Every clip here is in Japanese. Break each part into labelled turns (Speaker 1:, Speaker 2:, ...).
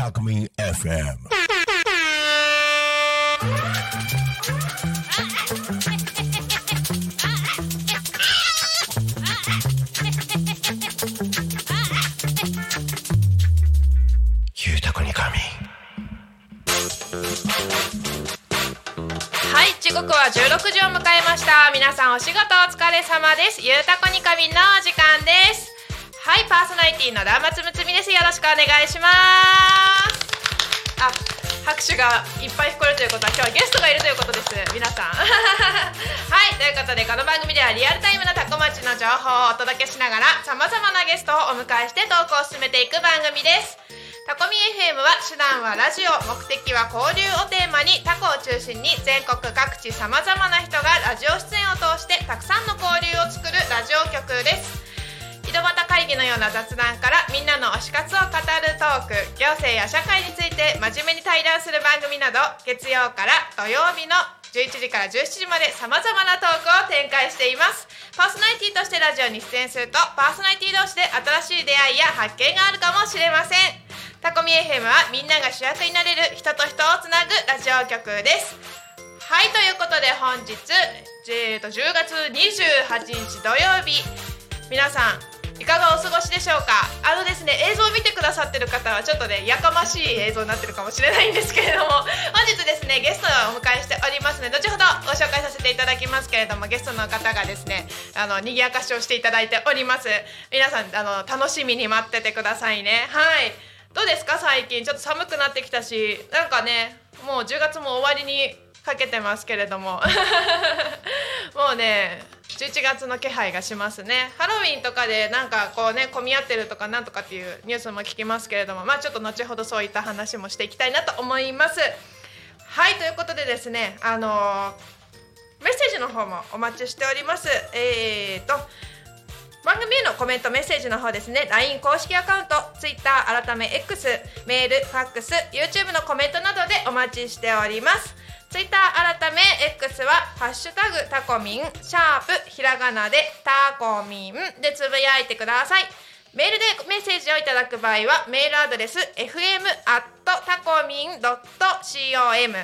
Speaker 1: Alchemy FM. ゆうたこにかみ。
Speaker 2: はい、時刻は16時を迎えました。皆さんお仕事お疲れ様です。ゆうたこにかみんのお時間です。はい、パーソナリティのランマつむつみです。よろしくお願いします。あ、拍手がいっぱい聞こえるということは今日はゲストがいるということです。皆さん。 はい、ということでこの番組ではリアルタイムのタコ町の情報をお届けしながら様々なゲストをお迎えしてトークを進めていく番組です。タコミ FM は手段はラジオ目的は交流をテーマにタコを中心に全国各地さまざまな人がラジオ出演を通してたくさんの交流を作るラジオ局です井戸端会議のような雑談からみんなの推し活を語るトーク行政や社会について真面目に対談する番組など月曜から土曜日の11時から17時までさまざまなトークを展開していますパーソナリティとしてラジオに出演するとパーソナリティ同士で新しい出会いや発見があるかもしれませんタコミ FM はみんなが主役になれる人と人をつなぐラジオ局ですはいということで本日、えー、と10月28日土曜日皆さんいかがお過ごしでしょうかあのですね映像を見てくださってる方はちょっとねやかましい映像になってるかもしれないんですけれども 本日ですねゲストをお迎えしておりますので後ほどご紹介させていただきますけれどもゲストの方がですねあの賑やかしをしていただいております皆さんあの楽しみに待っててくださいねはいどうですか最近ちょっと寒くなってきたしなんかねもう10月も終わりにかけてますけれどももうね11月の気配がしますねハロウィンとかでなんかこうね混み合ってるとかなんとかっていうニュースも聞きますけれどもまあちょっと後ほどそういった話もしていきたいなと思いますはいということでですねあのーメッセージの方もお待ちしておりますえーと番組へのコメントメッセージの方ですね LINE 公式アカウント Twitter 改め X メールファックス YouTube のコメントなどでお待ちしておりますツイッター改め X は「ハッシュタグタコミン」シャープひらがなでタコミンでつぶやいてくださいメールでメッセージをいただく場合はメールアドレス fm at タコミン .com fm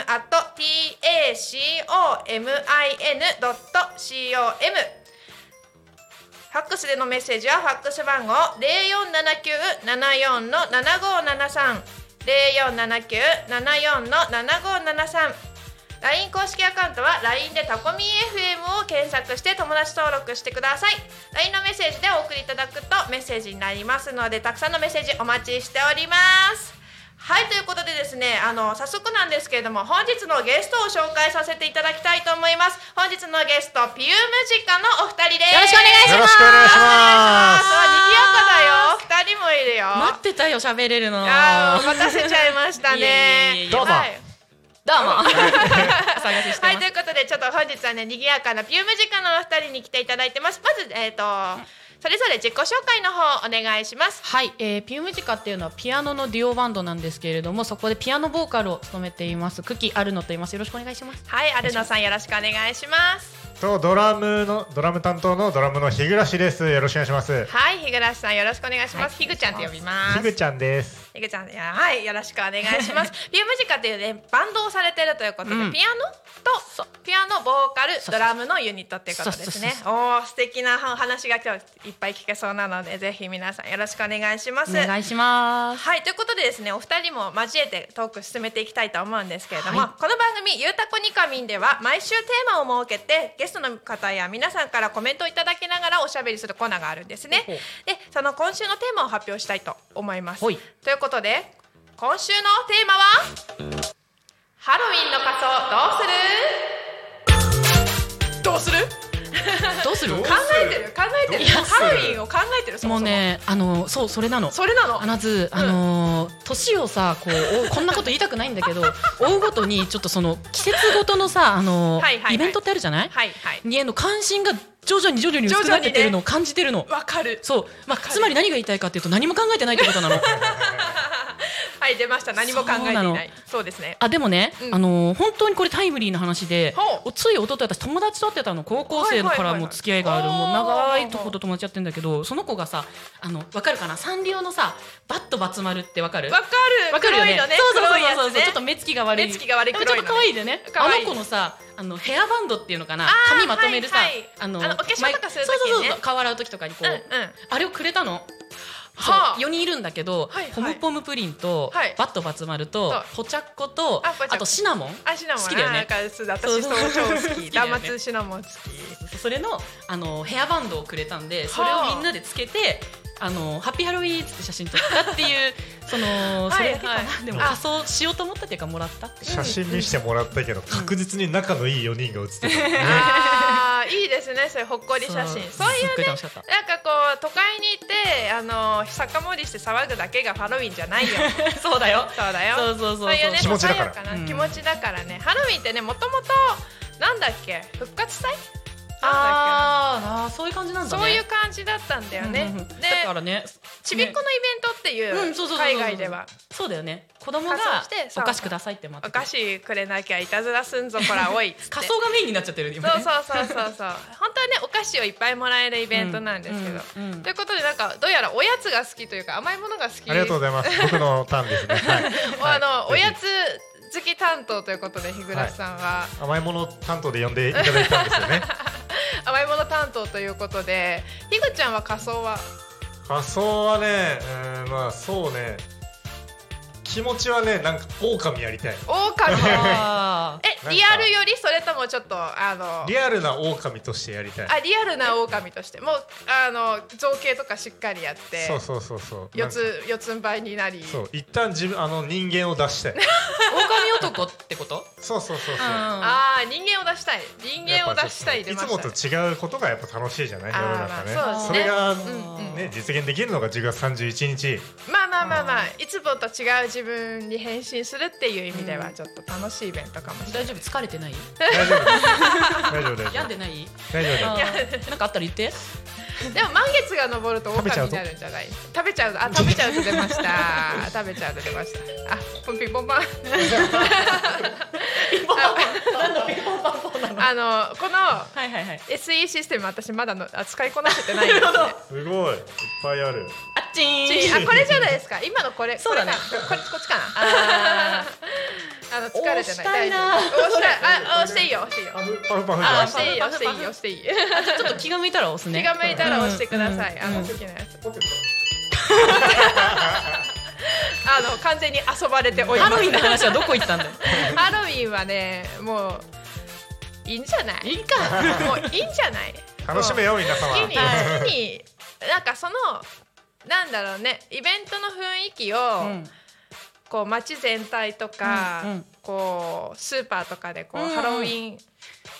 Speaker 2: at tacomin.com ファックスでのメッセージはファックス番号零四七九七四の七五七三零四七九七四の七五七三 LINE 公式アカウントは LINE でタコミン FM を検索して友達登録してください LINE のメッセージでお送りいただくとメッセージになりますのでたくさんのメッセージお待ちしておりますはいということでですねあの早速なんですけれども本日のゲストを紹介させていただきたいと思います本日のゲストピュームジカのお二人です
Speaker 3: よろしくお願いします
Speaker 4: よろしくお願いしま
Speaker 2: そう賑やかだよ。二人もいるよ。
Speaker 3: 待ってたよ喋れるの
Speaker 2: あーお待たせちゃいました
Speaker 3: いえいえ
Speaker 2: ね
Speaker 3: いえ。
Speaker 4: どうぞ
Speaker 2: はい
Speaker 3: どうも お騒がせして
Speaker 2: はい、
Speaker 3: ま
Speaker 2: とい
Speaker 3: す
Speaker 2: うことで、ちょっと本日はね、賑やかなビューム時間のお二人に来ていただいてます。まず、えっ、と、それぞれ自己紹介の方お願いします。
Speaker 3: はい、えー、ピウムジカっていうのはピアノのデュオバンドなんですけれどもそこでピアノボーカルを務めています久喜あるのと言いますよろしくお願いします
Speaker 2: はい、アルノさん、よろしくお願いします。
Speaker 4: す。とドラムのドラム担当のドラムの日暮です。よろしくお願いします。
Speaker 2: はい、日暮さん、よろしくお願いします。ひぐちゃんって呼びま
Speaker 4: ひ
Speaker 2: す
Speaker 4: ぐ。ちゃんです。
Speaker 2: ひぐちゃん、いやはい、よろしくお願いします。 ビュームジカというね、バンドをされてるということで、
Speaker 3: うん
Speaker 2: ピアノとピアノ、ボーカル、
Speaker 3: そう
Speaker 2: ドラムのユニットっていうことですね
Speaker 3: そうそう。
Speaker 2: おお、素敵なお話が今日いっぱい聞けそうなので、ぜひ皆さんよろしくお願いします。
Speaker 3: お願いします
Speaker 2: はい、ということでですね、お二人も交えてトーク進めていきたいと思うんですけれども、
Speaker 3: はい
Speaker 2: この番組、ゆうたこにかみんでは、毎週テーマを設けて、ゲストの方や皆さんからコメントをいただきながらおしゃべりするコーナーがあるんですね。
Speaker 3: ほう
Speaker 2: で、その今週のテーマを発表したいと思います。と
Speaker 3: ほ
Speaker 2: いう
Speaker 3: い
Speaker 2: ことで、今週のテーマは、ハロウィンの仮装どうするどうする
Speaker 3: どうする
Speaker 2: 考えてる考えてる
Speaker 4: どうする
Speaker 2: ハロウィンを考えてるそも
Speaker 3: も
Speaker 2: そうも
Speaker 3: ねあのそうそれなの
Speaker 2: それなの
Speaker 3: あまず、あのー年をさこうおこんなこと言いたくないんだけど 追うごとにちょっとその季節ごとのさ、あのー
Speaker 2: はいはいはい
Speaker 3: イベントってあるじゃない、
Speaker 2: はいはい
Speaker 3: にあの関心が徐々に徐々に薄くなってってるのを感じてるの、
Speaker 2: わかる
Speaker 3: そう、まあ、
Speaker 2: かる
Speaker 3: つまり何が言いたいかっていうと何も考えてないってことなの
Speaker 2: はいはい出ました何も考えてい
Speaker 3: そ
Speaker 2: な
Speaker 3: うないの
Speaker 2: そうですね
Speaker 3: あでもね、
Speaker 2: うん
Speaker 3: あのー本当にこれタイムリーな話で
Speaker 2: ほ
Speaker 3: おつい一昨日私友達と会ってたの高校生の
Speaker 2: はい
Speaker 3: か
Speaker 2: はいはいは
Speaker 3: ら
Speaker 2: い
Speaker 3: もう付き合いがあるもう長いとこと友達やってんだけどその子がさあのわかるかなサンリオのさバットバツ丸ってわかる
Speaker 2: わかる
Speaker 3: わかるよ
Speaker 2: 黒
Speaker 3: ね
Speaker 2: いのね
Speaker 3: そうそう
Speaker 2: 黒い
Speaker 3: そう
Speaker 2: や
Speaker 3: そう
Speaker 2: つね
Speaker 3: ちょっと目つきが悪い
Speaker 2: 目つきが悪い
Speaker 3: でもちょっと可
Speaker 2: 黒
Speaker 3: 愛いでね
Speaker 2: 可愛い
Speaker 3: あの子のさあのヘアバンドっていうのかな
Speaker 2: ー
Speaker 3: 髪まとめるさ、
Speaker 2: はいはい
Speaker 3: あの
Speaker 2: あのお化粧とかする時にね
Speaker 3: 前そうそうそう顔洗う時とかにこう、
Speaker 2: うんうん
Speaker 3: あれをくれたの。そう
Speaker 2: はあ
Speaker 3: 4人いるんだけど、
Speaker 2: はいはい
Speaker 3: ポムポムプリンと、
Speaker 2: はい
Speaker 3: バットバツ丸と
Speaker 2: そう
Speaker 3: ポチャッコと
Speaker 2: あ
Speaker 3: あ
Speaker 2: ポチャッコ
Speaker 3: とシナモン
Speaker 2: あシナモン
Speaker 3: 好きだよね
Speaker 2: なんかそうだ
Speaker 3: そう
Speaker 2: 私そう超好
Speaker 3: 好
Speaker 2: き
Speaker 3: きだよね
Speaker 2: 断末シナモン好き
Speaker 3: それのあのヘアバンドをくれたんでそれをみんなでつけて。あのハッピーハロウィーンっつって写真撮った っていうそのそれだけかな、
Speaker 2: はいはい
Speaker 3: でも
Speaker 2: あ
Speaker 3: 仮装しようと思ったっていうかもらったっていう
Speaker 4: 写真見してもらったけど確実に仲のいい4人が写って
Speaker 2: あーいいですねそれほっこり写真そういう
Speaker 3: うね
Speaker 2: なんかこう都会に行ってあの酒盛りして騒ぐだけがハロウィンじゃないよ
Speaker 3: そうだよ
Speaker 2: そうだよ
Speaker 3: そうそうそうそう
Speaker 2: いうね
Speaker 4: 気持ちだから
Speaker 2: さやな
Speaker 3: うん
Speaker 2: 気持ちだからねハロウィンってねもともとなんだっけ復活祭なんだっ
Speaker 3: あーあーそういう感じな
Speaker 2: け
Speaker 3: んだね
Speaker 2: そういう感じだったんだよね、
Speaker 3: うんうんうん
Speaker 2: で
Speaker 3: だからね
Speaker 2: ちびっこのイベントっていう,、
Speaker 3: うんそうそうそうそう
Speaker 2: 海外では
Speaker 3: そうだよね子供が
Speaker 2: 仮装してそう
Speaker 3: お菓子くださいって待っ
Speaker 2: お
Speaker 3: て
Speaker 2: 菓子くれなきゃいたずらすんぞこらおいっつって
Speaker 3: 仮装がメインになっちゃってる
Speaker 2: そ
Speaker 3: 今
Speaker 2: う
Speaker 3: ね
Speaker 2: そうそうそうそう本当はねお菓子をいっぱいもらえるイベントなんですけど、
Speaker 3: うんうんうん
Speaker 2: ということでなんかどうやらおやつが好きというか甘いものが好き
Speaker 4: ありがとうございます僕のターンです ねはい
Speaker 2: あの、
Speaker 4: はい
Speaker 2: おやつ好き担当ということで日暮さんは、
Speaker 4: 甘いもの担当で呼んでいただいたんですよ ね
Speaker 2: 甘いもの担当ということでひぐちゃんは仮装は
Speaker 4: 仮装はねうーんまあそうね気持ちはねなんか狼やりたい
Speaker 2: 狼
Speaker 3: あー
Speaker 2: えリアルよりそれともちょっとあの
Speaker 4: リアルな狼としてやりたい
Speaker 2: あリアルな狼としてもうあの造形とかしっかりやって
Speaker 4: そうそうそうそう
Speaker 2: 四
Speaker 4: なんか
Speaker 2: つ四つん這いになり
Speaker 4: そう一旦自分あの人間を 出したい
Speaker 3: 狼男ってこと
Speaker 4: そうそうそうそう
Speaker 3: あ
Speaker 2: ああ人間を出したい人
Speaker 4: やっ
Speaker 2: 間
Speaker 4: ぱ
Speaker 2: を出したい出
Speaker 4: い
Speaker 2: ま
Speaker 4: つ
Speaker 2: した
Speaker 4: も
Speaker 2: ね
Speaker 4: と違うことがやっぱ楽しいじゃない世の
Speaker 2: あー
Speaker 4: 中ね,、
Speaker 2: まあ
Speaker 4: そ
Speaker 2: そう
Speaker 4: れ
Speaker 2: ですね
Speaker 4: が、
Speaker 2: うんうん
Speaker 4: ね、実現できるのが10月31日
Speaker 2: まあまあまあまあいつもと違う自分に変身するっていう意味ではちょっと楽しいイベントかもしれ ない
Speaker 3: 大丈夫疲れてない
Speaker 4: 大丈夫です大丈夫大丈
Speaker 3: 病ん
Speaker 4: 夫
Speaker 3: で ない
Speaker 4: 大丈夫大丈
Speaker 3: あ
Speaker 4: 夫
Speaker 3: ーなんかあったら言って
Speaker 2: でも満月が昇ると
Speaker 4: 食べちゃ
Speaker 2: 狼に
Speaker 4: うぞ
Speaker 2: なるんじゃない食べちゃうぞあ食べちゃうと出ました 食べちゃうと出ましたあポンピンポンパンあのこの
Speaker 3: はいはいはい
Speaker 2: SE システム私まだのあ使いこなせてないんです
Speaker 3: な
Speaker 2: ね
Speaker 3: るほど
Speaker 4: すごいいっぱいある
Speaker 3: あっちーん
Speaker 2: ちあこれじゃないですか今のこれ
Speaker 3: そうだね
Speaker 2: これかこれこっちかな
Speaker 3: あ
Speaker 2: あの疲れて
Speaker 3: 押し
Speaker 2: な
Speaker 3: た
Speaker 2: い
Speaker 3: いな
Speaker 2: 大丈夫押したいあ押していいよ押していいよ
Speaker 4: パフパフパフ
Speaker 3: あ
Speaker 2: 押
Speaker 3: ー
Speaker 4: じゃ
Speaker 2: していいよ
Speaker 3: パ
Speaker 2: 押
Speaker 3: フ
Speaker 2: してい
Speaker 3: パ
Speaker 2: い
Speaker 3: フ
Speaker 2: よ押していい
Speaker 3: ーじゃあちょっと気が向いたら押すね
Speaker 2: 気が向いたら押してください、
Speaker 3: うん
Speaker 2: あの
Speaker 3: うん
Speaker 2: 好きなやつ
Speaker 4: ん
Speaker 2: あの完全に遊ばれておりま
Speaker 3: ハ
Speaker 2: す
Speaker 3: ロウィンの話はどこ行ったんだよ
Speaker 2: ハロウィンはねもういいんじゃない
Speaker 3: いいか
Speaker 2: もういいんじゃない
Speaker 4: 楽しめよ皆様
Speaker 2: 好きに
Speaker 3: は
Speaker 2: 好きになんかそのなんだろうねイベントの雰囲気を、
Speaker 3: うん
Speaker 2: こう街全体とか、
Speaker 3: うんうん
Speaker 2: こうスーパーとかでこう、
Speaker 3: うんうん
Speaker 2: ハロウィン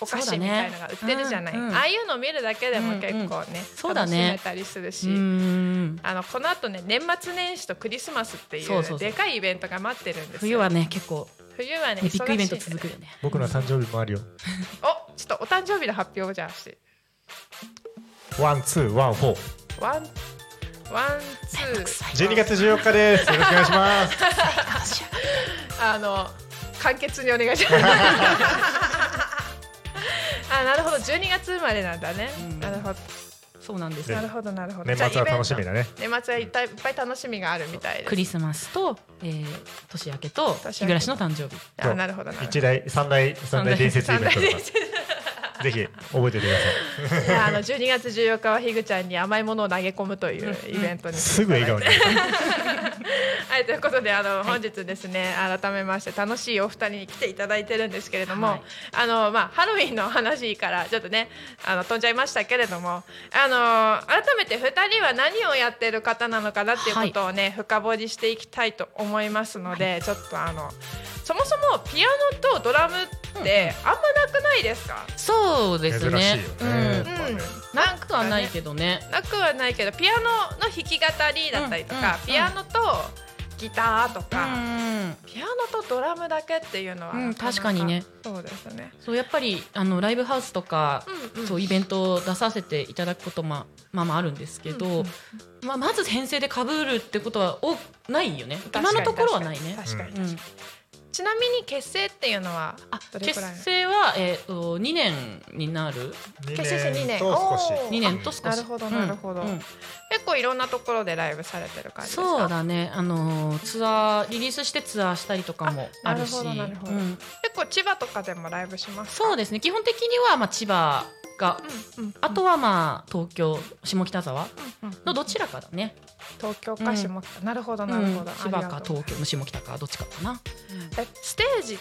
Speaker 2: お菓
Speaker 3: そう
Speaker 2: 子
Speaker 3: だね
Speaker 2: みたいのが売ってるじゃない、
Speaker 3: うんうん
Speaker 2: ああいうの見るだけでも結構ね、
Speaker 3: うんそうだ
Speaker 2: 楽し
Speaker 3: ね
Speaker 2: めたりする
Speaker 3: う
Speaker 2: し。
Speaker 3: ーん
Speaker 2: あのこの後ね年末年始とクリスマスっていう
Speaker 3: そうそうそう
Speaker 2: でかいイベントが待ってるんですよ
Speaker 3: 冬はね結構
Speaker 2: 冬はね
Speaker 3: ねビッグイベント
Speaker 2: 忙しいん
Speaker 3: 続
Speaker 2: でね
Speaker 3: くよね
Speaker 4: 僕の誕生日もあるよ
Speaker 2: おちょっとお誕生日の発表をじゃあして
Speaker 4: ワンツーワンフォー
Speaker 2: ワンワンツー
Speaker 4: 12月14日ですよろしくお願いします
Speaker 2: あの簡潔にお願いし ますあなるほど12月生まれなんだね、
Speaker 3: うん
Speaker 2: なるほど
Speaker 3: そうなんです
Speaker 2: なるほどなるほど
Speaker 4: 年末は楽しみだね
Speaker 2: じゃあイベント年末はいっぱいいっぱい楽しみがあるみたいです
Speaker 3: クリスマスと、えー、年明けと
Speaker 2: 明け
Speaker 3: 日暮らしの誕生日
Speaker 2: あなるほどな るほ
Speaker 4: 一大三大三大伝説イベントとかぜひ覚えておいてくださ
Speaker 2: どじゃああの12月14日はひぐちゃんに甘いものを投げ込むというイベントに
Speaker 4: いすぐ笑顔になる
Speaker 2: はい、ということであの本日ですね、改めまして楽しいお二人に来ていただいてるんですけれども、
Speaker 3: はい
Speaker 2: あのまあ、ハロウィンの話からちょっとねあの飛んじゃいましたけれどもあの改めて二人は何をやってる方なのかなっていうことをね、深掘りしていきたいと思いますので、ちょっとあのそもそもピアノとドラムってあんまなくないですか、
Speaker 3: そうです
Speaker 4: 珍しい
Speaker 3: ね
Speaker 4: よね
Speaker 3: うん、
Speaker 2: ん
Speaker 4: やっぱね
Speaker 3: なくはない
Speaker 2: ね
Speaker 3: けどね
Speaker 2: なくはないけどピアノの弾き語りだったりとか、
Speaker 3: うんうん
Speaker 2: ピアノとギターとか、
Speaker 3: うん
Speaker 2: ピアノとドラムだけっていうのは、
Speaker 3: うん確かにね
Speaker 2: そうですね、
Speaker 3: そうやっぱりあのライブハウスとか、
Speaker 2: うんうん
Speaker 3: そうイベントを出させていただくこともままあまああるんですけど、
Speaker 2: うんうん
Speaker 3: まあ、まず編成で被るってことはおないよね
Speaker 2: 確かに
Speaker 3: 今のところはないね。
Speaker 2: 確かに確かに
Speaker 3: うん、
Speaker 2: ちなみに結成っていうのは
Speaker 3: あ
Speaker 2: どれく
Speaker 3: 結
Speaker 2: らい
Speaker 3: 成は、えー、と2年になる
Speaker 2: 結成して二年
Speaker 4: と少し
Speaker 2: おー
Speaker 3: 2年と少し
Speaker 2: なるほどなるほど
Speaker 3: うんうん
Speaker 2: 結構いろんなところでライブされてる感じですか
Speaker 3: そうだね、あのーツアーリリースしてツアーしたりとかもあるし
Speaker 2: あなるほどなるほど
Speaker 3: うん
Speaker 2: 結構千葉とかでもライブしますか
Speaker 3: そうですね基本的には、まあ、千葉が
Speaker 2: うんうん
Speaker 3: あとは、まあ、東京下北沢
Speaker 2: うんうん
Speaker 3: のどちらかだね、
Speaker 2: 東京か下北、なるほどなるほど、
Speaker 3: うん千葉
Speaker 2: ありが
Speaker 3: か
Speaker 2: とう
Speaker 3: 東京の下北かどっちかかな。
Speaker 2: えステージっ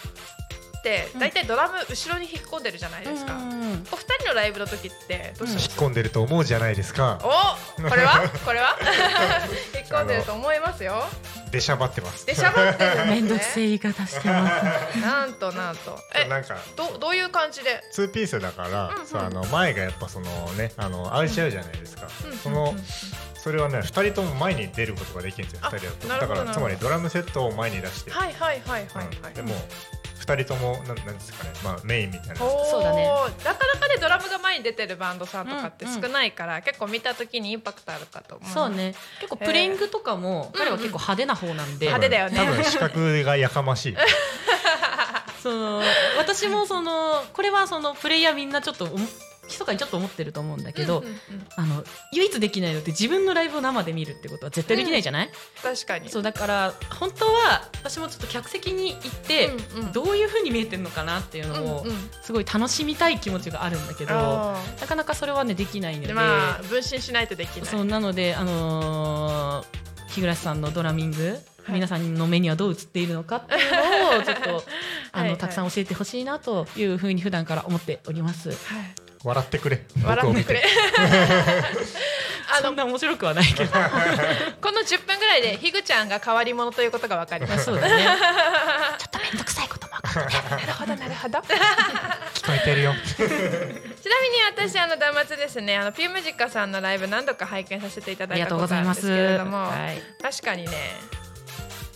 Speaker 2: て大体ドラム後ろに引っ込んでるじゃないですか、
Speaker 3: うん
Speaker 2: お二人のライブの時ってどうし
Speaker 4: 引
Speaker 2: ま
Speaker 4: っ
Speaker 2: す、
Speaker 4: 込んでると思うじゃないですか
Speaker 2: おこれはこれは 引っ込んでると思います よ
Speaker 4: 出しゃばってます
Speaker 2: でしゃばってるんですね
Speaker 3: めんどくせえ言い方してます。
Speaker 2: なんとなんとえ
Speaker 4: なんか
Speaker 2: どどういう感じで
Speaker 4: ツーピースだから、
Speaker 2: うんうん
Speaker 4: そうあの前がやっぱそのねあの開いちゃうじゃないですか、その、それはね2人とも前に出ることができるんですよ
Speaker 2: あ
Speaker 4: 2人
Speaker 2: な
Speaker 4: だ
Speaker 2: るほ
Speaker 4: とだ
Speaker 2: ど
Speaker 4: から
Speaker 2: なるほ
Speaker 4: つ
Speaker 2: ど
Speaker 4: まりドラムセットを前に出して、
Speaker 2: はいはいはいはい
Speaker 4: うん
Speaker 2: はい、
Speaker 4: でも2人ともなんなんですかね、まあ、メインみたいな
Speaker 2: おー
Speaker 3: そうだね
Speaker 2: なかなかねドラムが前に出てるバンドさんとかって少ないから、結構見た時にインパクトあるかと思う
Speaker 3: そうね、結構プレイングとかも、彼は結構派手な方なんで、
Speaker 2: うん派手だよね
Speaker 4: 多分視覚がやか ましい
Speaker 3: その私もそのこれはそのプレイヤーみんなちょっとおも密かにちょっと思ってると思うんだけど、
Speaker 2: うんうんうん
Speaker 3: あの唯一できないのって自分のライブを生で見るってことは絶対できないじゃない、
Speaker 2: 確かに
Speaker 3: そうだから本当は私もちょっと客席に行って、
Speaker 2: うんうん
Speaker 3: どういう風に見えてるのかなっていうのを、
Speaker 2: うんうん
Speaker 3: すごい楽しみたい気持ちがあるんだけどな
Speaker 2: あ
Speaker 3: かなかそれはねできない
Speaker 2: ー
Speaker 3: ので
Speaker 2: でまあ分身しないとできない
Speaker 3: そうなので、あのー日暮さんのドラミング、
Speaker 2: はい
Speaker 3: 皆さんの目にはどう映っているのかっていうのをちょっ とあの
Speaker 2: はい
Speaker 3: たくさん教えてほしいなというふうに普段から思っております。
Speaker 2: はい
Speaker 4: 笑ってくれ
Speaker 2: 笑ってくれ あ
Speaker 3: そん
Speaker 2: の
Speaker 3: な面白くはないけど、
Speaker 2: この10分ぐらいでひぐちゃんが変わり者ということが分かりま
Speaker 3: まあ
Speaker 2: す
Speaker 3: そうだね。ちょっと面倒くさいことも分かる。
Speaker 2: なるほどなるほどち
Speaker 4: 聞こえて るよ
Speaker 2: なみに私あの端末ですねあのピュームジカさんのライブ何度か拝見させていた
Speaker 3: あ
Speaker 2: だ
Speaker 3: り
Speaker 2: い
Speaker 3: が
Speaker 2: た
Speaker 3: とう
Speaker 2: こと
Speaker 3: ござ
Speaker 2: あ
Speaker 3: い
Speaker 2: るんで
Speaker 3: ま
Speaker 2: す
Speaker 3: す。
Speaker 2: けれども、
Speaker 3: はい。
Speaker 2: 確かにね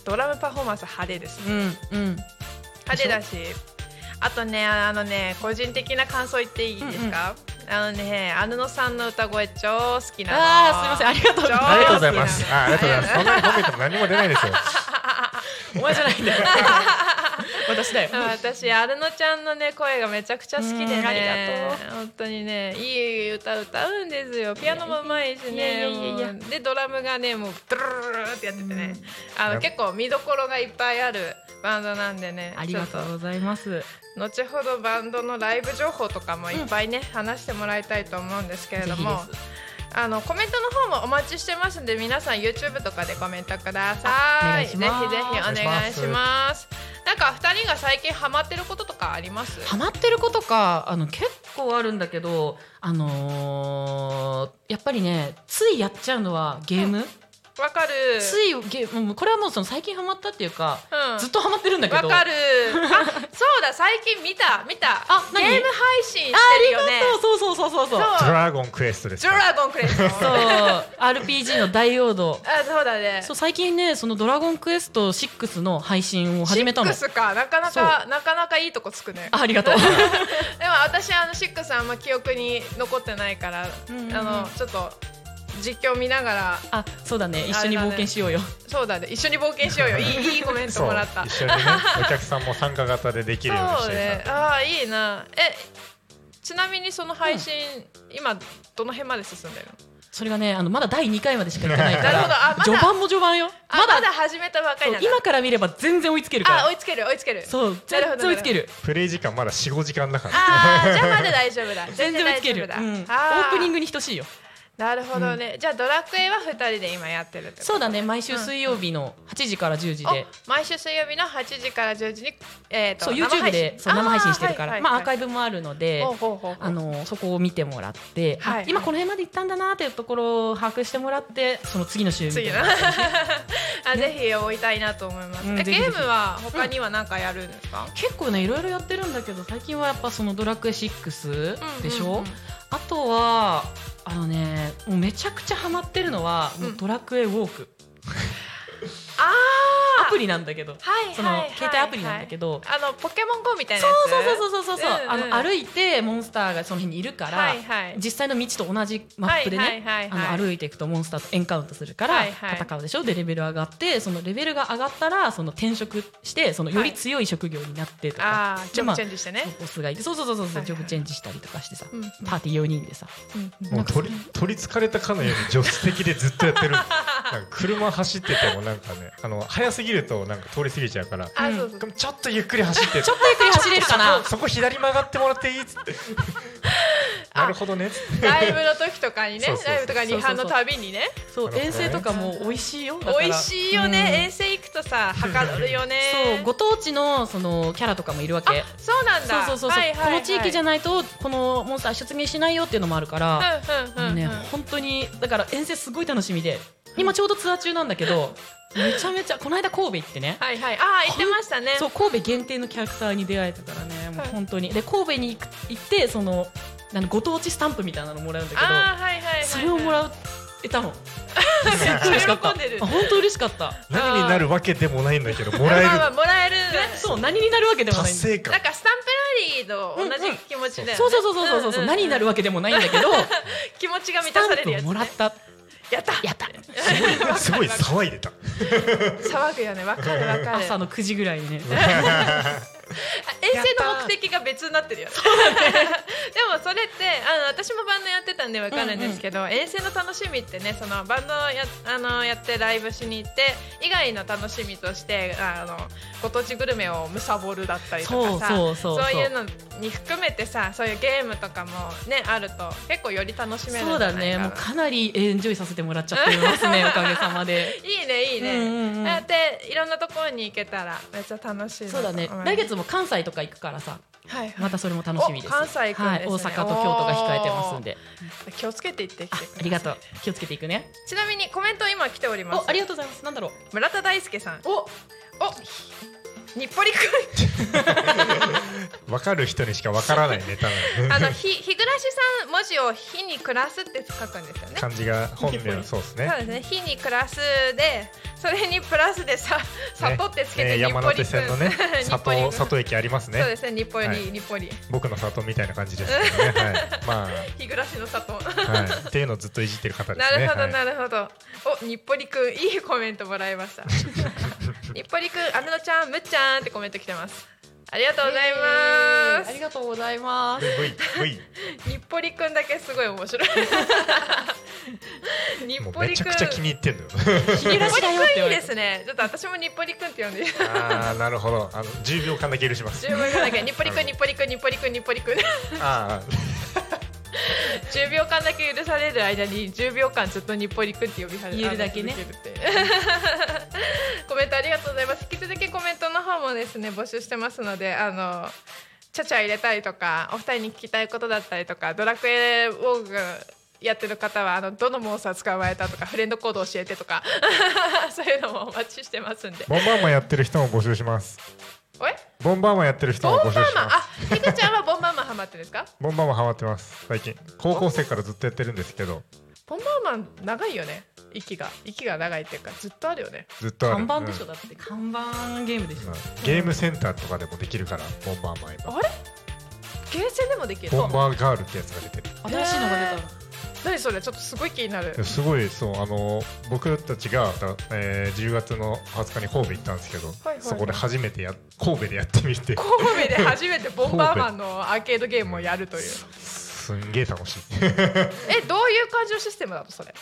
Speaker 2: ドラムパフォーマンス派手ですね
Speaker 3: うんうん。
Speaker 2: 派手だしあとねあのね個人的な感想言っていいですか、あのねあののさんの歌声超好きなの
Speaker 3: ああすみませんありがとうござい
Speaker 2: ちょ
Speaker 3: ま
Speaker 4: ありがとうございます
Speaker 2: そう
Speaker 4: あありがとうございます
Speaker 2: あ
Speaker 4: そんなに褒めても何も出な いですよ
Speaker 3: す。お前じゃないんだよ。私だよ。
Speaker 2: 私アルノちゃんのね声がめちゃくちゃ好きでね
Speaker 3: うんあり
Speaker 2: 本当にねいい歌歌うんですよピアノもうまいし
Speaker 3: いやい
Speaker 2: ね
Speaker 3: やいやいや
Speaker 2: もうでドラムがねもうドゥルルルルってやっててねあ
Speaker 4: う
Speaker 2: の
Speaker 4: ん
Speaker 2: 結構見どころがいっぱいあるバンドなんでね
Speaker 3: ありが
Speaker 2: ちょ
Speaker 3: と
Speaker 2: っ
Speaker 3: うございます。
Speaker 2: 後ほどバンドのライブ情報とかもいっぱいね、話してもらいたいと思うんですけれども
Speaker 3: ぜひで
Speaker 2: あのコメントの方もお待ちしてますんで皆さん YouTube とかでコメントくだ
Speaker 3: あお
Speaker 2: さ
Speaker 3: 願
Speaker 2: い
Speaker 3: いし
Speaker 2: ぜ
Speaker 3: ま
Speaker 2: ひ
Speaker 3: す
Speaker 2: ぜひお願いし
Speaker 4: お願
Speaker 2: ま
Speaker 4: い
Speaker 2: す
Speaker 4: し
Speaker 2: なんか二人が最近ハマってることとかあります
Speaker 3: ハマってることかあの結構あるんだけど、あのーやっぱりねついやっちゃうのはゲーム、
Speaker 2: わかる
Speaker 3: ついゲームもうこれはもうその最近ハマったっていうか、
Speaker 2: うん
Speaker 3: ずっとハマってるんだけ
Speaker 2: わ
Speaker 3: ど
Speaker 2: か るあそうだ最近見た見た
Speaker 3: あ
Speaker 2: ゲー
Speaker 3: 何
Speaker 2: ム配信して
Speaker 3: あ
Speaker 2: る
Speaker 3: りが
Speaker 2: よね
Speaker 3: とうそうそうそうそうそう
Speaker 2: そう
Speaker 4: ドラゴンクエストです
Speaker 2: ド
Speaker 4: か
Speaker 2: ラゴンクレスト
Speaker 3: そう RPG の大王道
Speaker 2: あそうだね
Speaker 3: そう最近ねその「ドラゴンクエスト6」の配信を始めたの
Speaker 2: シックスかなかなかなかなかいいとこつくね
Speaker 3: あありがとう
Speaker 2: でも私あのシックスあんま記憶に残ってないから、
Speaker 3: うんうんうん
Speaker 2: あのちょっと実況見ながら
Speaker 3: あそうだね一緒に冒険しようよ、
Speaker 2: そうだね一緒に冒険しよう よいいいいコメント
Speaker 4: そう
Speaker 2: もらった
Speaker 4: 一緒にねお客さんも参加型でできるようにし
Speaker 2: そう
Speaker 4: て
Speaker 2: ねああいいなえちなみにその配信、今どの辺まで進んでるの
Speaker 3: それがねあのまだ第2回までしか行ってないか
Speaker 2: なるほどあ
Speaker 3: ら
Speaker 2: まだ
Speaker 3: 序盤も序盤よ
Speaker 2: あ
Speaker 3: ま
Speaker 2: ま
Speaker 3: だ
Speaker 2: だ始めたばっかり
Speaker 3: そう
Speaker 2: なんだ
Speaker 3: 今から見れば全然追いつけるか
Speaker 2: あ追
Speaker 3: ら
Speaker 2: いつける追いつける
Speaker 3: そう
Speaker 2: な
Speaker 3: 全
Speaker 2: るほど
Speaker 3: 然追いつける
Speaker 4: プレイ時間まだ45時間だから
Speaker 2: ああじゃあまだ大丈夫だ
Speaker 3: 全然追い
Speaker 2: 大
Speaker 3: つけ
Speaker 2: 丈夫
Speaker 3: る、
Speaker 2: だ、
Speaker 3: うんオ
Speaker 2: あ
Speaker 3: ープニングに等しいよ
Speaker 2: なるほどね、じゃあドラクエは二人で今やってるってこと
Speaker 3: そうだね毎週水曜日の8時から10時
Speaker 2: お
Speaker 3: で、
Speaker 2: 毎週水曜日の8時から10時に、えー、と
Speaker 3: そう
Speaker 2: 生配
Speaker 3: YouTube
Speaker 2: 信
Speaker 3: でそう生配信してるから
Speaker 2: あーはい
Speaker 3: まあ
Speaker 2: は
Speaker 3: ア
Speaker 2: い
Speaker 3: ーカイブもあるので
Speaker 2: ほうほうほうほう
Speaker 3: あのそこを見てもらって、あ
Speaker 2: はいはい
Speaker 3: 今この辺まで行ったんだなっていうところを把握してもらってその次の週みたい
Speaker 2: 次
Speaker 3: な
Speaker 2: な あ、ぜひ追いたいなと思います、
Speaker 3: うん
Speaker 2: え
Speaker 3: ぜ
Speaker 2: ゲ
Speaker 3: ひぜ
Speaker 2: ー
Speaker 3: ひ
Speaker 2: ムは他には何かやるんですか、
Speaker 3: 結構ねいろいろやってるんだけど最近はやっぱその「ドラクエ6」でしょ、
Speaker 2: うんうんうん
Speaker 3: あとはあのねもうめちゃくちゃハマってるのは「もううんドラクエウォーク」
Speaker 2: ああ
Speaker 3: アプリなんだけど
Speaker 2: はいはい
Speaker 3: その
Speaker 2: はい
Speaker 3: 携帯アプリなんだけど
Speaker 2: はいあのポケモン GO みたいな
Speaker 3: そ
Speaker 2: やつ
Speaker 3: うそうそうそうそうそう、
Speaker 2: うんうん
Speaker 3: あの歩いてモンスターがその辺にいるから、
Speaker 2: はいはい
Speaker 3: 実際の道と同じマップでね、
Speaker 2: はいはいはいはい
Speaker 3: あの歩いていくとモンスターとエンカウントするから
Speaker 2: はいはい
Speaker 3: 戦うでしょ、でレベル上がってそのレベルが上がったらその転職してそのより強い職業になってとか、
Speaker 2: ああジ
Speaker 3: で
Speaker 2: ョ
Speaker 3: ま
Speaker 2: ブチ
Speaker 3: あ
Speaker 2: ェンジしてね
Speaker 3: そうボスがいてそうそうそうそう、
Speaker 2: はいはい
Speaker 3: ジョブチェンジしたりとかしてさ、
Speaker 2: うんうん
Speaker 3: パーティー4人でさ
Speaker 2: うん
Speaker 4: もう取り取りつかれたかのように助手席でずっとやって るなんか車走っててもなんかねあの速すぎるとなんか通り過ぎちゃうから
Speaker 2: あ
Speaker 3: うん
Speaker 2: そうそう
Speaker 4: ちょっとゆっくり走って
Speaker 3: ちょっとゆっくり走れるかな
Speaker 4: そこそこ左曲がってもらっていいっつって
Speaker 2: あ
Speaker 4: なるほどねっつって
Speaker 2: ライブの時とかにね
Speaker 4: そうそうそう
Speaker 2: ライブとかに違反のたびにね
Speaker 3: そう遠征とかも美味しいよだから
Speaker 2: 美味しいよ
Speaker 3: うん
Speaker 2: ね遠征行くとさはかどるよね
Speaker 3: そうご当地のそのキャラとかもいるわけ
Speaker 2: あそうなん
Speaker 3: そう
Speaker 2: だ
Speaker 3: そうそうそう、
Speaker 2: はいはいはい
Speaker 3: この地域じゃないとこのモンスター出現しないよっていうのもあるから、
Speaker 2: うんうんうんうん
Speaker 3: ね本当にだから遠征すごい楽しみで今ちょうどツアー中なんだけどめちゃめちゃこの間神戸行ってね、
Speaker 2: はいはいああ言ってましたね
Speaker 3: そう神戸限定のキャラクターに出会えたからねもう本当にで神戸に行く行ってそのあのご当地スタンプみたいなのもらうんだけど、
Speaker 2: ああはいはいはいはい
Speaker 3: それをもら えたのすっごい嬉しかった
Speaker 2: 喜んでる
Speaker 3: あ本当嬉しかった
Speaker 4: 何になるわけでもないんだけどもら
Speaker 2: まあまあ
Speaker 4: える
Speaker 2: もらえる
Speaker 3: でそう何になるわけでもない
Speaker 4: 達
Speaker 3: んだ
Speaker 4: 成
Speaker 2: なん
Speaker 4: 感
Speaker 2: かスタンプラリーと同じ気持ちだよね
Speaker 3: そうそうそうそうそうそ
Speaker 2: ん
Speaker 3: う、
Speaker 2: んん
Speaker 3: 何になるわけでもないんだけど
Speaker 2: 気持ちが満
Speaker 3: スタ
Speaker 2: たさ
Speaker 3: ン
Speaker 2: れ
Speaker 3: プ
Speaker 2: るや
Speaker 3: を
Speaker 2: つ
Speaker 3: もらった
Speaker 2: やった
Speaker 3: やった
Speaker 4: すごい騒いでた
Speaker 2: 騒ぐよねわかるわかる
Speaker 3: 朝の9時ぐらいにね
Speaker 2: 遠征の目的が別になってるよね でもそれってあの私もバンドやってたんでわかるんですけど、遠征の楽しみってねそのバンドをやあのやってライブしに行って以外の楽しみとしてあのご当地グルメをむさぼるだったりとかさ
Speaker 3: そうそうそうそう
Speaker 2: いうのに含めてさそういうゲームとかもねあると結構より楽しめる
Speaker 3: そ
Speaker 2: ん
Speaker 3: う
Speaker 2: じゃな
Speaker 3: だ
Speaker 2: いかな
Speaker 3: ねもうかなりエンジョイさせてもらっちゃってます ねおかげさまで
Speaker 2: いいねいいね、
Speaker 3: うんうんうん
Speaker 2: だっていろんなところに行けたらめっちゃ楽しいなと
Speaker 3: そうだね
Speaker 2: 思います
Speaker 3: 来月も関西とか行くからさ
Speaker 2: はいはい
Speaker 3: またそれも楽しみです
Speaker 2: お関西行くん
Speaker 3: は
Speaker 2: です
Speaker 3: い
Speaker 2: ね
Speaker 3: 大阪と京都が控えてますんで
Speaker 2: 気をつけて行ってきてくだ
Speaker 3: あ
Speaker 2: さい
Speaker 3: ありがとう気をつけていくね
Speaker 2: ちなみにコメント今来ておりま
Speaker 3: お
Speaker 2: す
Speaker 3: ありがとうございますなんだろう
Speaker 2: 村田大輔さん
Speaker 3: お
Speaker 2: お日暮里く
Speaker 4: 分かる人にしか分からないネタ
Speaker 2: ん
Speaker 4: な
Speaker 2: あ
Speaker 4: の
Speaker 2: のひ日暮さん文字を日に暮らすって書くんですよね
Speaker 4: 感じが本 名そうですね
Speaker 2: そうですね日に暮らすでそれにプラスでさ里ってつけ
Speaker 4: ね
Speaker 2: て日暮
Speaker 4: 山
Speaker 2: 里く
Speaker 4: 手
Speaker 2: ん
Speaker 4: 線のね
Speaker 2: 日暮里く
Speaker 4: 里
Speaker 2: ん
Speaker 4: 里駅あります
Speaker 2: そうで
Speaker 4: ね
Speaker 2: すね日暮里、
Speaker 4: はい
Speaker 2: 日暮里
Speaker 4: 僕の里みたいな感じですけどね はいま
Speaker 2: 日暮らしの里
Speaker 4: あはいっていうのをずっといじってる方で
Speaker 2: な
Speaker 4: すね
Speaker 2: るほ
Speaker 4: は
Speaker 2: ど
Speaker 4: い
Speaker 2: なるほど、お日暮里くんいいコメントもらい ました日暮里くんアムロちゃんむっちゃんってコメント来てますありがとうございます、
Speaker 3: えーありがとうございます
Speaker 4: で V V
Speaker 2: 日暮里くんだけすごい面白い日
Speaker 4: も
Speaker 2: 暮
Speaker 4: う
Speaker 2: 里
Speaker 4: めちゃ
Speaker 2: くん
Speaker 4: くちゃ気に入ってんだよ
Speaker 3: ひげらしだよって言
Speaker 2: いい
Speaker 3: わ
Speaker 2: で
Speaker 3: れ
Speaker 2: す
Speaker 3: て
Speaker 2: ねちょっと私も日暮里くんって呼ん で
Speaker 4: あーなるほどあの10秒間だけ許します
Speaker 2: 10秒間だけ日暮里くん日暮里くん日暮里くん日暮里くん
Speaker 4: あー
Speaker 2: 10秒間だけ許される間に10秒間ずっと日暮里くんって呼び始め
Speaker 3: 言えるだけね
Speaker 2: あの続けるって コメントありがとうございます引き続きコメントの方もですね募集してますのであのちゃちゃ入れたりとかお二人に聞きたいことだったりとかドラクエをやってる方はあのどのモンスター捕まえたとかフレンドコード教えてとか そういうのもお待ちしてますんで。
Speaker 4: ボンバーマンやってる人も募集します
Speaker 2: おい
Speaker 4: ボンバーマンやってる人
Speaker 2: ボ
Speaker 4: も
Speaker 2: ン
Speaker 4: 募
Speaker 2: バ
Speaker 4: 集
Speaker 2: ー
Speaker 4: し
Speaker 2: マン
Speaker 4: ま
Speaker 2: あ
Speaker 4: す
Speaker 2: ひぐちゃんはボンバーマンハマってるんですか
Speaker 4: ボンバーマンハマってます最近高校生からずっとやってるんですけど
Speaker 2: ボンバーマン長いよね息が息が長いっていうかずっとあるよね
Speaker 4: ずっとある
Speaker 3: 看板でし
Speaker 4: う
Speaker 3: ょ
Speaker 4: ん
Speaker 3: だって看板ゲームでし
Speaker 4: うん
Speaker 3: ょ
Speaker 4: ゲームセンターとかでもできるからボンバーマン今
Speaker 2: あれゲーセンでもできる
Speaker 4: ボンバーガールってやつが出てる
Speaker 3: 新しいのが出たの
Speaker 2: 何それちょっとすごい気になる
Speaker 4: いやすごいそうあの僕たちが、だえー10月の20日に神戸行ったんですけど、
Speaker 2: いはい
Speaker 4: そこで初めてや神戸でやってみて
Speaker 2: 神戸で初めてボンバーマンのアーケードゲームをやるという
Speaker 4: すんげえ 楽しい
Speaker 2: えどういう感じのシステムだとそれ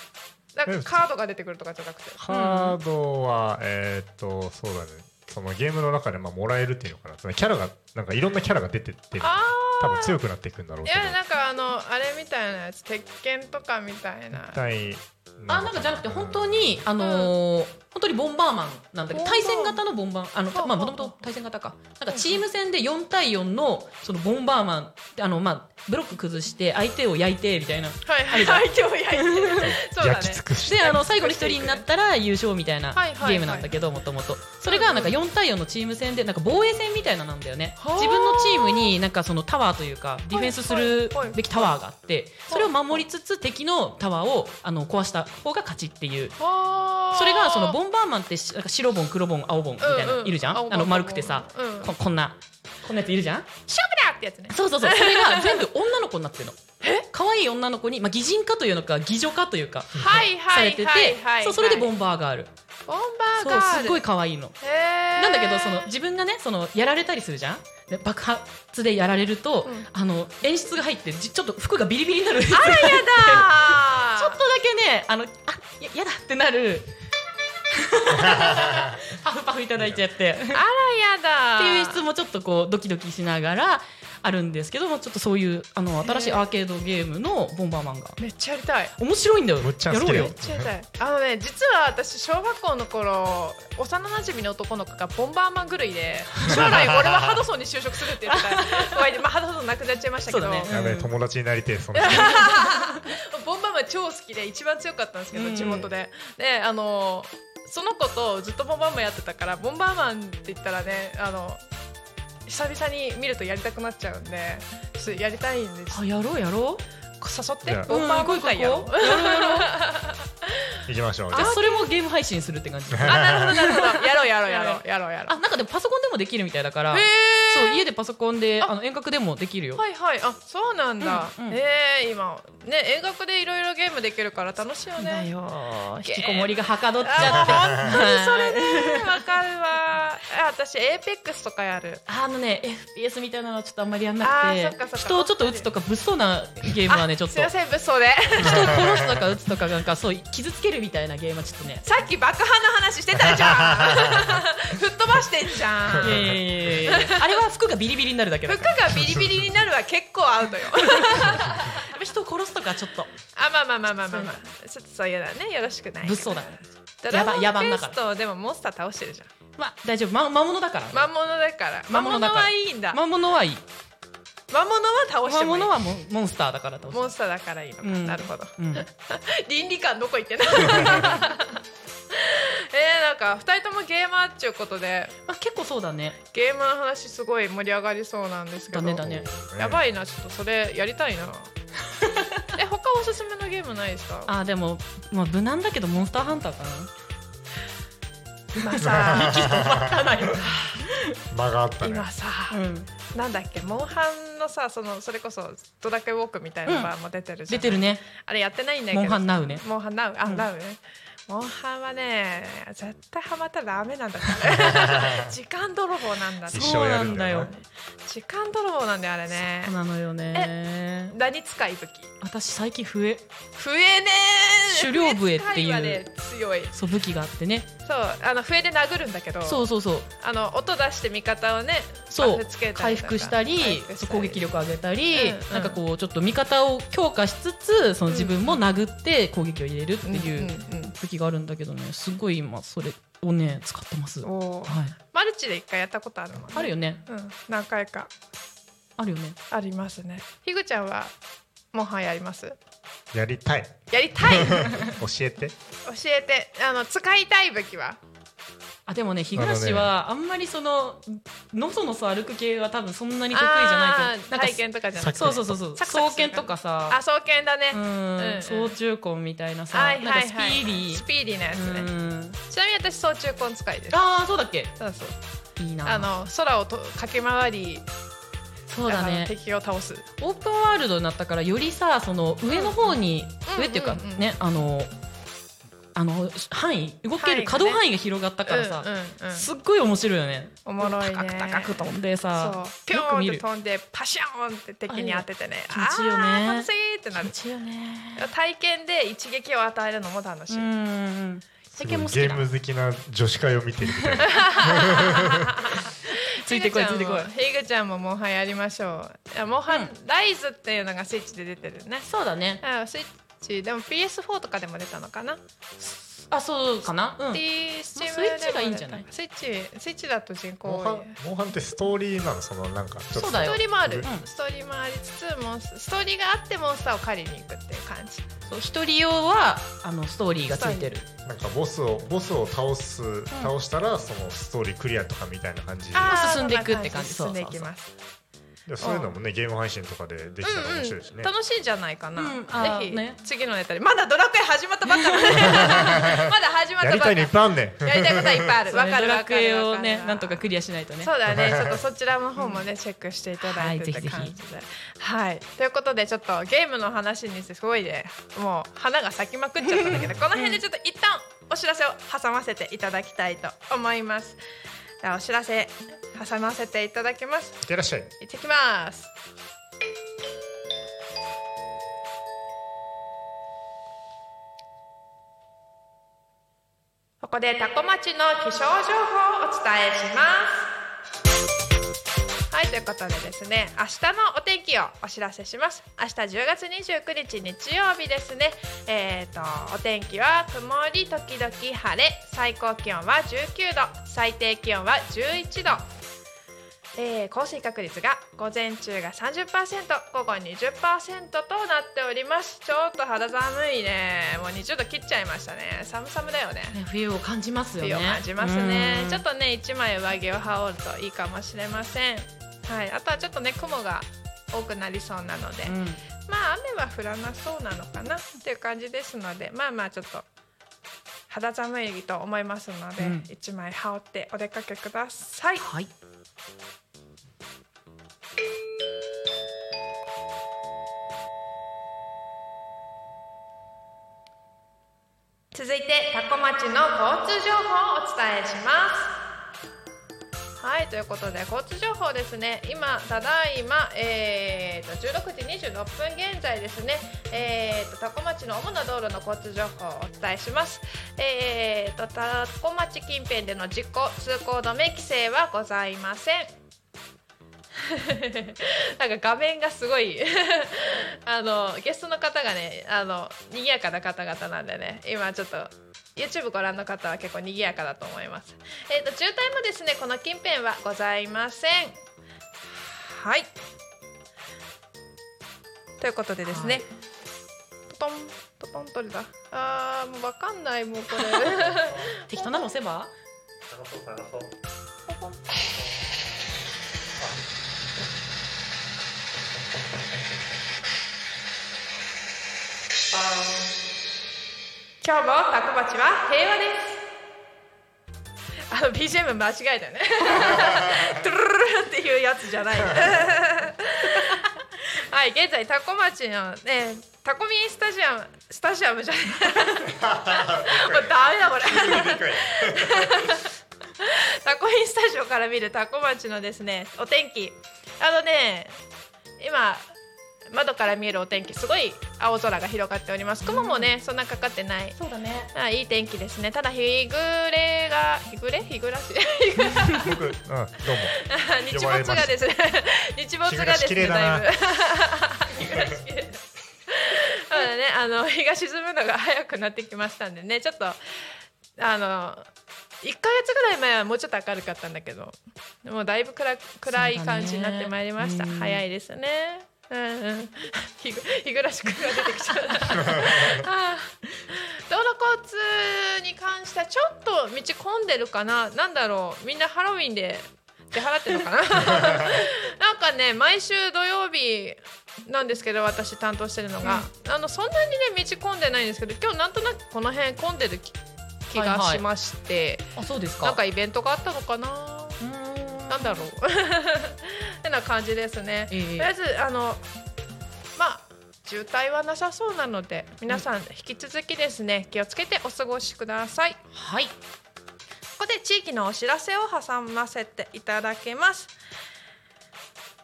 Speaker 2: なんかカードが出てくるとかじゃなくて
Speaker 4: ハードはえーっとそうだねそのゲームの中でまあもらえるっていうのかなそのキャラがなんかいろんなキャラが出てってる
Speaker 2: あ
Speaker 4: 多分
Speaker 2: あ
Speaker 4: 強くなっていくんだろう
Speaker 2: い
Speaker 4: けど
Speaker 2: やなんかあのあれみたいなやつ鉄拳とかみたいな
Speaker 4: 一体
Speaker 3: あなんかじゃなくて本当にあのー本当にボンバーマンなんだけ
Speaker 2: ボン
Speaker 3: ど
Speaker 2: バー
Speaker 3: 対戦型のボンバーあの
Speaker 2: ほうほう
Speaker 3: まあもともと対戦型かなんかチーム戦で4対4のそのボンバーマンってあのまあブロック崩して相手を焼いてみたいな
Speaker 2: はいはい相手を焼いてるそうだ
Speaker 4: 焼
Speaker 2: ね
Speaker 4: き尽くして
Speaker 3: であの最後に1人になったら優勝みたい
Speaker 2: は
Speaker 3: な
Speaker 2: いはいはい
Speaker 3: ゲームなんだけどもともとそれがなんか4対4のチーム戦でなんか防衛戦みたいなのなんだよね
Speaker 2: はあ
Speaker 3: 自分のチームになんかそのタワーというかディフェンスする
Speaker 2: はいはいはい
Speaker 3: べきタワーがあってそれを守りつつ敵のタワーをあの壊したした方が勝ちっていう
Speaker 2: あー
Speaker 3: それがそのボンバーマンってしなんか白ボン黒ボン青ボンみたいな
Speaker 2: うんうん
Speaker 3: いるじゃん、
Speaker 2: 青ボン
Speaker 3: あの丸くてさ、
Speaker 2: 青ボンうん
Speaker 3: ここんなこんなやついるじゃん
Speaker 2: 勝負だってやつね
Speaker 3: そう そうそうそれが全部女の子になってるの可愛い女の子に、まあ、擬人化というのか擬女化というか
Speaker 2: はい
Speaker 3: さ
Speaker 2: は
Speaker 3: れ
Speaker 2: い
Speaker 3: てて
Speaker 2: はいはい
Speaker 3: そうそれで
Speaker 2: ン
Speaker 3: ボンバーガール
Speaker 2: ボンバー
Speaker 3: そう
Speaker 2: ガール
Speaker 3: すっごい可愛いの
Speaker 2: へー
Speaker 3: なんだけどその自分がねそのやられたりするじゃんで爆発でやられると、
Speaker 2: うん
Speaker 3: あの演出が入ってじちょっと服がビリビリになるちょっ
Speaker 2: あ
Speaker 3: とだ
Speaker 2: らやだー
Speaker 3: けねあのあややだってな るパフパフいただいちゃって。
Speaker 2: あ
Speaker 3: っ
Speaker 2: ら
Speaker 3: て
Speaker 2: やだー
Speaker 3: いう演出もちょっとこうドキドキしながらあるんですけどもちょっとそういうあの新しいアーケードゲームのボンバーマンが
Speaker 2: めっちゃやりたい
Speaker 3: 面白いんだよ
Speaker 4: むっちゃ
Speaker 3: や
Speaker 4: 好き
Speaker 3: ろう
Speaker 4: だよ
Speaker 3: よ
Speaker 2: めっちゃやりたいあのね実は私小学校の頃幼なじみの男の子がボンバーマン狂いで将来俺はハドソンに就職するって言ってた怖いで、まあ、ハドソンなくなっちゃいましたけど、
Speaker 3: そうだね
Speaker 4: やべえ友達になりてえ その人
Speaker 2: ボンバーマン超好きで一番強かったんですけど、
Speaker 3: うん
Speaker 2: 地元でであのその子とずっとボンバーマンやってたからボンバーマンって言ったらねあの久々に見るとやりたくなっちゃうんでちょっとやりたいんです
Speaker 3: あやろうやろ
Speaker 2: 誘って
Speaker 4: じゃあ
Speaker 3: う
Speaker 2: ボンバーマン会やろう、
Speaker 3: うん行こう行こうやろうやろう
Speaker 4: 行きましょう
Speaker 3: じゃあそれもゲーム配信するって感 じ
Speaker 2: あなるほどなるほどやろうやろうやろうやろうやろ
Speaker 3: あ
Speaker 2: う
Speaker 3: なんかでもパソコンでもできるみたいだから
Speaker 2: へー
Speaker 3: そう家でパソコンで
Speaker 2: あ
Speaker 3: あの遠隔でもできるよ
Speaker 2: はいはいあそうなんだ、
Speaker 3: うんうん
Speaker 2: ええ今ね遠隔でいろいろゲームできるから楽しいよ
Speaker 3: だ
Speaker 2: ね
Speaker 3: よ引きこもりがはかどっちゃって
Speaker 2: あ本当にそれねわかるわあ私エーペックスとかやる
Speaker 3: あのね FPS みたいなのはちょっとあんまりやんな
Speaker 2: あ
Speaker 3: く
Speaker 2: ー
Speaker 3: て
Speaker 2: そっかそっか
Speaker 3: 人をちょっと打つとか物騒なゲームはねちょっと
Speaker 2: すいません物騒で
Speaker 3: 人を殺すとか撃つとかなんかそう傷つけるみたいなゲームはちょっとね
Speaker 2: さっき爆破の話してたじゃ ん吹っ飛ばしてんじゃ
Speaker 3: いやい
Speaker 2: ん
Speaker 3: やいやいやいやあれは服がビリビリになるだけだ
Speaker 2: 服
Speaker 3: から
Speaker 2: がビリビリになるは結構アウトよ
Speaker 3: 人を殺すとかちょっと
Speaker 2: あまあまあまあまあまあ、まあ、ちょっとそういうのはねよろしくない
Speaker 3: 物騒だから
Speaker 2: ドラゴン
Speaker 3: 野蛮野蛮
Speaker 2: クエ
Speaker 3: だから
Speaker 2: ストでもモンスター倒してるじゃん
Speaker 3: まあ大丈夫、ま、魔物だから
Speaker 2: 魔物だから魔
Speaker 3: 魔
Speaker 2: 物
Speaker 3: 物だから
Speaker 2: はいいんだ
Speaker 3: 魔物はいい
Speaker 2: 魔物は倒しても
Speaker 3: 魔
Speaker 2: いい
Speaker 3: 物はモンモンスターだからと
Speaker 2: モンスターだからいいのか、
Speaker 3: うん
Speaker 2: なるほど
Speaker 3: うん、
Speaker 2: 倫理観どこ行ってんの えー、なんか2人ともゲーマーっていうことで
Speaker 3: まあ、結構そうだね
Speaker 2: ゲームの話すごい盛り上がりそうなんですけど
Speaker 3: だねだね
Speaker 2: やば
Speaker 4: い
Speaker 2: いなちょっとそれやり たいなえ他おすすめのゲームないですか
Speaker 3: あーでも、まあ、無難だけどモンスターハンターかな
Speaker 2: 今さ
Speaker 4: 間があったね
Speaker 2: 今さ、
Speaker 3: うん、
Speaker 2: なんだっけモンハンのさそのそれこそドラクエウォークみたいなバーも出てるじゃ
Speaker 3: 出
Speaker 2: ん、
Speaker 3: てるね
Speaker 2: あれやってないんだけど
Speaker 3: モンハンナウね
Speaker 2: モンハンナウあ、
Speaker 3: うん
Speaker 2: ナウねモンハンはね絶対ハマったらダメなんだ って時間泥棒なんだって
Speaker 4: 一生やるんだ
Speaker 3: そ
Speaker 4: よ
Speaker 3: うなんだ
Speaker 2: 時間泥棒なんだよあれね
Speaker 3: そうなのよね
Speaker 2: 何使い武器
Speaker 3: 私最近笛
Speaker 2: 笛ね
Speaker 3: 狩猟笛ってい
Speaker 2: 笛使
Speaker 3: う
Speaker 2: はね強い
Speaker 3: そう武器があってね
Speaker 2: そうあの笛で殴るんだけど
Speaker 3: そうそうそう
Speaker 2: あの音出して味方をね
Speaker 3: そ
Speaker 2: バ
Speaker 3: う
Speaker 2: フつけたりとか
Speaker 3: 回復したり
Speaker 2: 回復したり
Speaker 3: 攻撃力上げたり、
Speaker 2: うんうん
Speaker 3: なんかこうちょっと味方を強化しつつその自分も殴って攻撃を入れるってい
Speaker 2: ん
Speaker 3: う時があるんだけどねすごい今それをね使ってます、
Speaker 2: うん
Speaker 3: はい、
Speaker 2: おーマルチで一回やったことあるの
Speaker 3: あるよね
Speaker 2: うん何回か
Speaker 3: あるよね
Speaker 2: ありますねひぐちゃんはモンハンやります
Speaker 4: やりたい
Speaker 2: やりたい教
Speaker 4: 教えて
Speaker 2: えてあの使いたい武器は
Speaker 3: あでもね東はあんまりそののそのそ歩く系は多分そんなに得意じゃないと思う
Speaker 2: あー
Speaker 3: なんか
Speaker 2: 体験とかじゃな
Speaker 4: さ
Speaker 2: い
Speaker 3: そうそうそうそう
Speaker 2: サクサク
Speaker 3: 双
Speaker 2: する
Speaker 3: 剣とか
Speaker 2: あ
Speaker 3: さ
Speaker 2: 双剣だね、
Speaker 3: うん
Speaker 2: うんうん
Speaker 3: 総中婚みたいなさ、
Speaker 2: はいはいはい
Speaker 3: なんかスピーディ
Speaker 2: ス
Speaker 3: ー
Speaker 2: ピーディーなやつね、
Speaker 3: うん
Speaker 2: ちなみに私総中婚使いです
Speaker 3: ああそうだっけ
Speaker 2: そうそう
Speaker 3: いいな
Speaker 2: あの空をと駆け回り
Speaker 3: そうだ
Speaker 2: あ
Speaker 3: ね
Speaker 2: の敵を倒す
Speaker 3: オープンワールドになったからよりさその上の方に、
Speaker 2: うん
Speaker 3: 上っていうか
Speaker 2: うんうんうん
Speaker 3: ね、あのあの範囲動け
Speaker 2: 範囲が
Speaker 3: る、
Speaker 2: ね
Speaker 3: 可動範囲が広がったからさ、
Speaker 2: うんうんうん、
Speaker 3: すっごい面白いよね
Speaker 2: おもろいね
Speaker 3: 高く高く飛んでさ
Speaker 2: そうピョ
Speaker 3: よく見
Speaker 2: ーンっ
Speaker 3: る
Speaker 2: て飛んでパシャーンって敵に当ててね
Speaker 3: あれ気持ちいいよね
Speaker 2: あー楽しいってなる
Speaker 3: 気持ちいいよね
Speaker 2: 体験で一撃を与えるのも楽し
Speaker 3: う
Speaker 2: い、
Speaker 3: んうん
Speaker 4: す
Speaker 3: 最
Speaker 4: ごい
Speaker 3: 近も好
Speaker 4: ゲ
Speaker 3: き
Speaker 4: ー
Speaker 3: だ
Speaker 4: ム好きな女子会を見てるみたいな
Speaker 3: ついてこい
Speaker 2: ひ
Speaker 3: つ
Speaker 2: ぐちゃん
Speaker 3: いてこ
Speaker 2: も
Speaker 3: い
Speaker 2: ひぐちゃんもモンハンやりましょういやモンハン、ライズっていうのがスイッチで出てるね
Speaker 3: そうだね
Speaker 2: あスイッチでも PS4 とかでも出たのかな、
Speaker 3: あそうかなうん
Speaker 2: で
Speaker 3: い
Speaker 2: Steam
Speaker 3: スイッチがいいんじゃない
Speaker 2: でも出たスイッチスイッチだと人口
Speaker 4: モンハ
Speaker 2: 多い
Speaker 4: ンモンハンってストーリーなのそのなんかちょっと
Speaker 3: そうだ
Speaker 2: ス
Speaker 3: よ
Speaker 2: トーリーもある、
Speaker 3: うん
Speaker 2: ストーリーもありつつモンスストーリーがあってモンスターを狩りに行くっていう感じ
Speaker 3: そう一人用はあのストーリーがついてる
Speaker 4: なんかボスをボスを倒す倒したらそのストーリークリアとかみたいな感じ
Speaker 2: あー
Speaker 3: 進んでいくって感じ
Speaker 2: 進んでいきます
Speaker 4: でそういうのもねゲーム配信とかでできたら面白いです
Speaker 2: うんう
Speaker 4: ね
Speaker 2: ん、。楽しいんじゃないかな、
Speaker 3: うんあー
Speaker 2: ぜひ、
Speaker 3: ね
Speaker 2: 次のネタでまだドラクエ始まったばっかなのにまだ 始まったば
Speaker 4: やり
Speaker 2: っか
Speaker 4: たいのいっぱいあん ねん。
Speaker 2: やりたいことはいっぱいあるわかる
Speaker 3: ド
Speaker 2: わ
Speaker 3: ラ
Speaker 2: か
Speaker 3: ク
Speaker 2: る
Speaker 3: エを
Speaker 2: わ
Speaker 3: ね
Speaker 2: かる
Speaker 3: なんとかクリアしないとね
Speaker 2: そうだ ね、ちょっとそちらの方もね、チェックしていただいて
Speaker 3: は
Speaker 2: って
Speaker 3: いぜひぜひ
Speaker 2: 感じで。はい、ということで、ちょっとゲームの話にすごいね、もう花が咲きまくっちゃったんだけ ど、この辺でちょっと一旦お知らせを挟ませていただきたいと思います。じゃあお知らせ挟ませていただきます。
Speaker 4: いってらっしゃい。
Speaker 2: 行ってきます。ここでタコ町の気象情報をお伝えします。はいということでですね明日のお天気をお知らせします明日10月29日日曜日ですねえー、とお天気は曇り時々晴れ最高気温は19度最低気温は11度えー、降水確率が午前中が30%午後20%となっておりますちょっと肌寒いねもう20度切っちゃいましたね寒寒だよね
Speaker 3: ね冬を感じますよね
Speaker 2: 冬を感じますね
Speaker 3: うん
Speaker 2: ちょっとね一枚上着を羽織るといいかもしれませんはいあとはちょっとね雲が多くなりそうなので、
Speaker 3: うん
Speaker 2: まあ雨は降らなそうなのかなっていう感じですのでまあまあちょっと肌寒いと思いますので、
Speaker 3: うん
Speaker 2: 一枚羽織ってお出かけください
Speaker 3: はい
Speaker 2: 続いてタコ町の交通情報をお伝えしますはいということで交通情報ですね今ただいま、えー、と16時26分現在ですね、えー、とタコ町の主な道路の交通情報をお伝えしますえー、とタコ町近辺での事故通行止め規制はございません なんか画面がすごいあのゲストの方がねあの賑やかな方々なんでね今ちょっと YouTube ご覧の方は結構賑やかだと思いますえっ、と渋滞もですねこの近辺はございませんはいということでですね、
Speaker 3: はい
Speaker 2: トトントトンどれだあーもうわかんないもうこれ
Speaker 3: 適当なの押せば
Speaker 5: 探そう探そう
Speaker 2: 今日もタコ町は平和ですあの BGM 間違えたねトゥルルルルっていうやつじゃないはい現在タコ町のねタコミンスタジアムスタジアムじゃないもうダメだこれタコインスタジオから見るタコ町のですねお天気あのね今窓から見えるお天気すごい青空が広がっております雲もねそんなかかってない
Speaker 3: そうだね
Speaker 2: あいい天気ですねただ日暮れが日暮れ日暮らし
Speaker 4: 僕、うん、どうも。
Speaker 2: 日没がですね日没がです
Speaker 4: 日暮らし綺
Speaker 2: ね
Speaker 4: 麗だ
Speaker 2: だい
Speaker 4: な
Speaker 2: ぶ日暮らし綺麗だそうだねあの日が沈むのが早くなってきましたんでねちょっとあの1か月ぐらい前はもうちょっと明るかったんだけどもうだいぶ暗暗い感じになってまいりました、
Speaker 3: そうだねうん
Speaker 2: 早いですねうんうん、 日暮日暮らしくんが出てきちゃ ったああ道路交通に関してはちょっと道混んでるかななんだろうみんなハロウィンで出払ってるのかな なんかね毎週土曜日なんですけど私担当してるのが、あのそんなにね道混んでないんですけど今日なんとなくこの辺混んでるき気がしまして、
Speaker 3: あそうですか
Speaker 2: なんかイベントがあったのかな
Speaker 3: うーん
Speaker 2: なんだろう ってな感じですね。
Speaker 3: え
Speaker 2: と
Speaker 3: え
Speaker 2: りあえずあのまあ渋滞はなさそうなので皆さん引き続きですね気をつけてお過ごしください。
Speaker 3: はい
Speaker 2: ここで地域のお知らせを挟ませていただきます。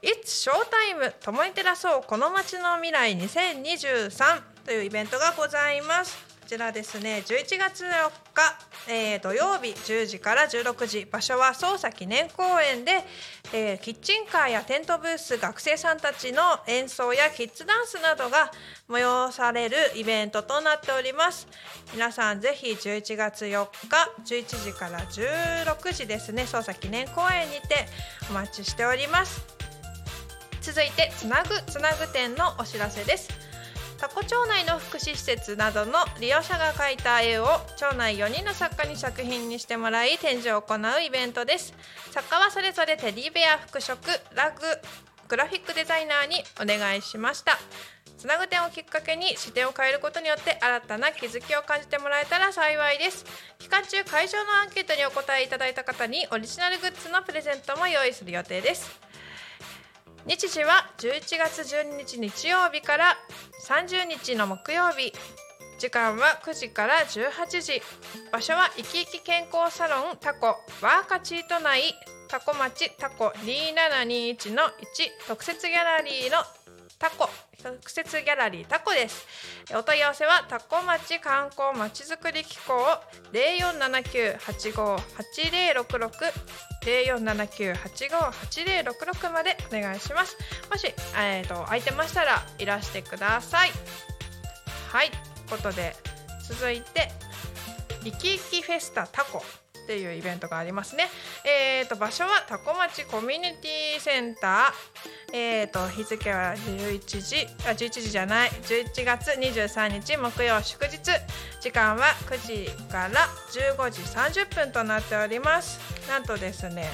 Speaker 2: It's Showtime ともに照らそうこの街の未来2023というイベントがございます。こちらですね11月4日、えー土曜日10時から16時場所は捜査記念公園で、えーキッチンカーやテントブース学生さんたちの演奏やキッズダンスなどが催されるイベントとなっております皆さんぜひ11月4日11時から16時ですね捜査記念公園にてお待ちしております続いてつなぐつなぐ展のお知らせですタコ町内の福祉施設などの利用者が描いた絵を町内4人の作家に作品にしてもらい展示を行うイベントです作家はそれぞれテディベア服飾ラググラフィックデザイナーにお願いしましたつなぐ点をきっかけに視点を変えることによって新たな気づきを感じてもらえたら幸いです期間中会場のアンケートにお答えいただいた方にオリジナルグッズのプレゼントも用意する予定です日時は11月12日日曜日から30日の木曜日時間は9時から18時場所は生き生き健康サロンタコワーカチート内タコ町タコ2721の1特設ギャラリーのタコ特設ギャラリータコですえお問い合わせはタコ町観光まちづくり機構0479858066 0479858066までお願いしますもし、えー、と空いてましたらいらしてくださいはいということで続いて生き生きフェスタタコっていうイベントがありますね。えー、と場所はタコ町コミュニティセンター。えー、と日付は11時あ11時じゃない11月23日木曜祝日時間は9時から15時30分となっております。なんとですね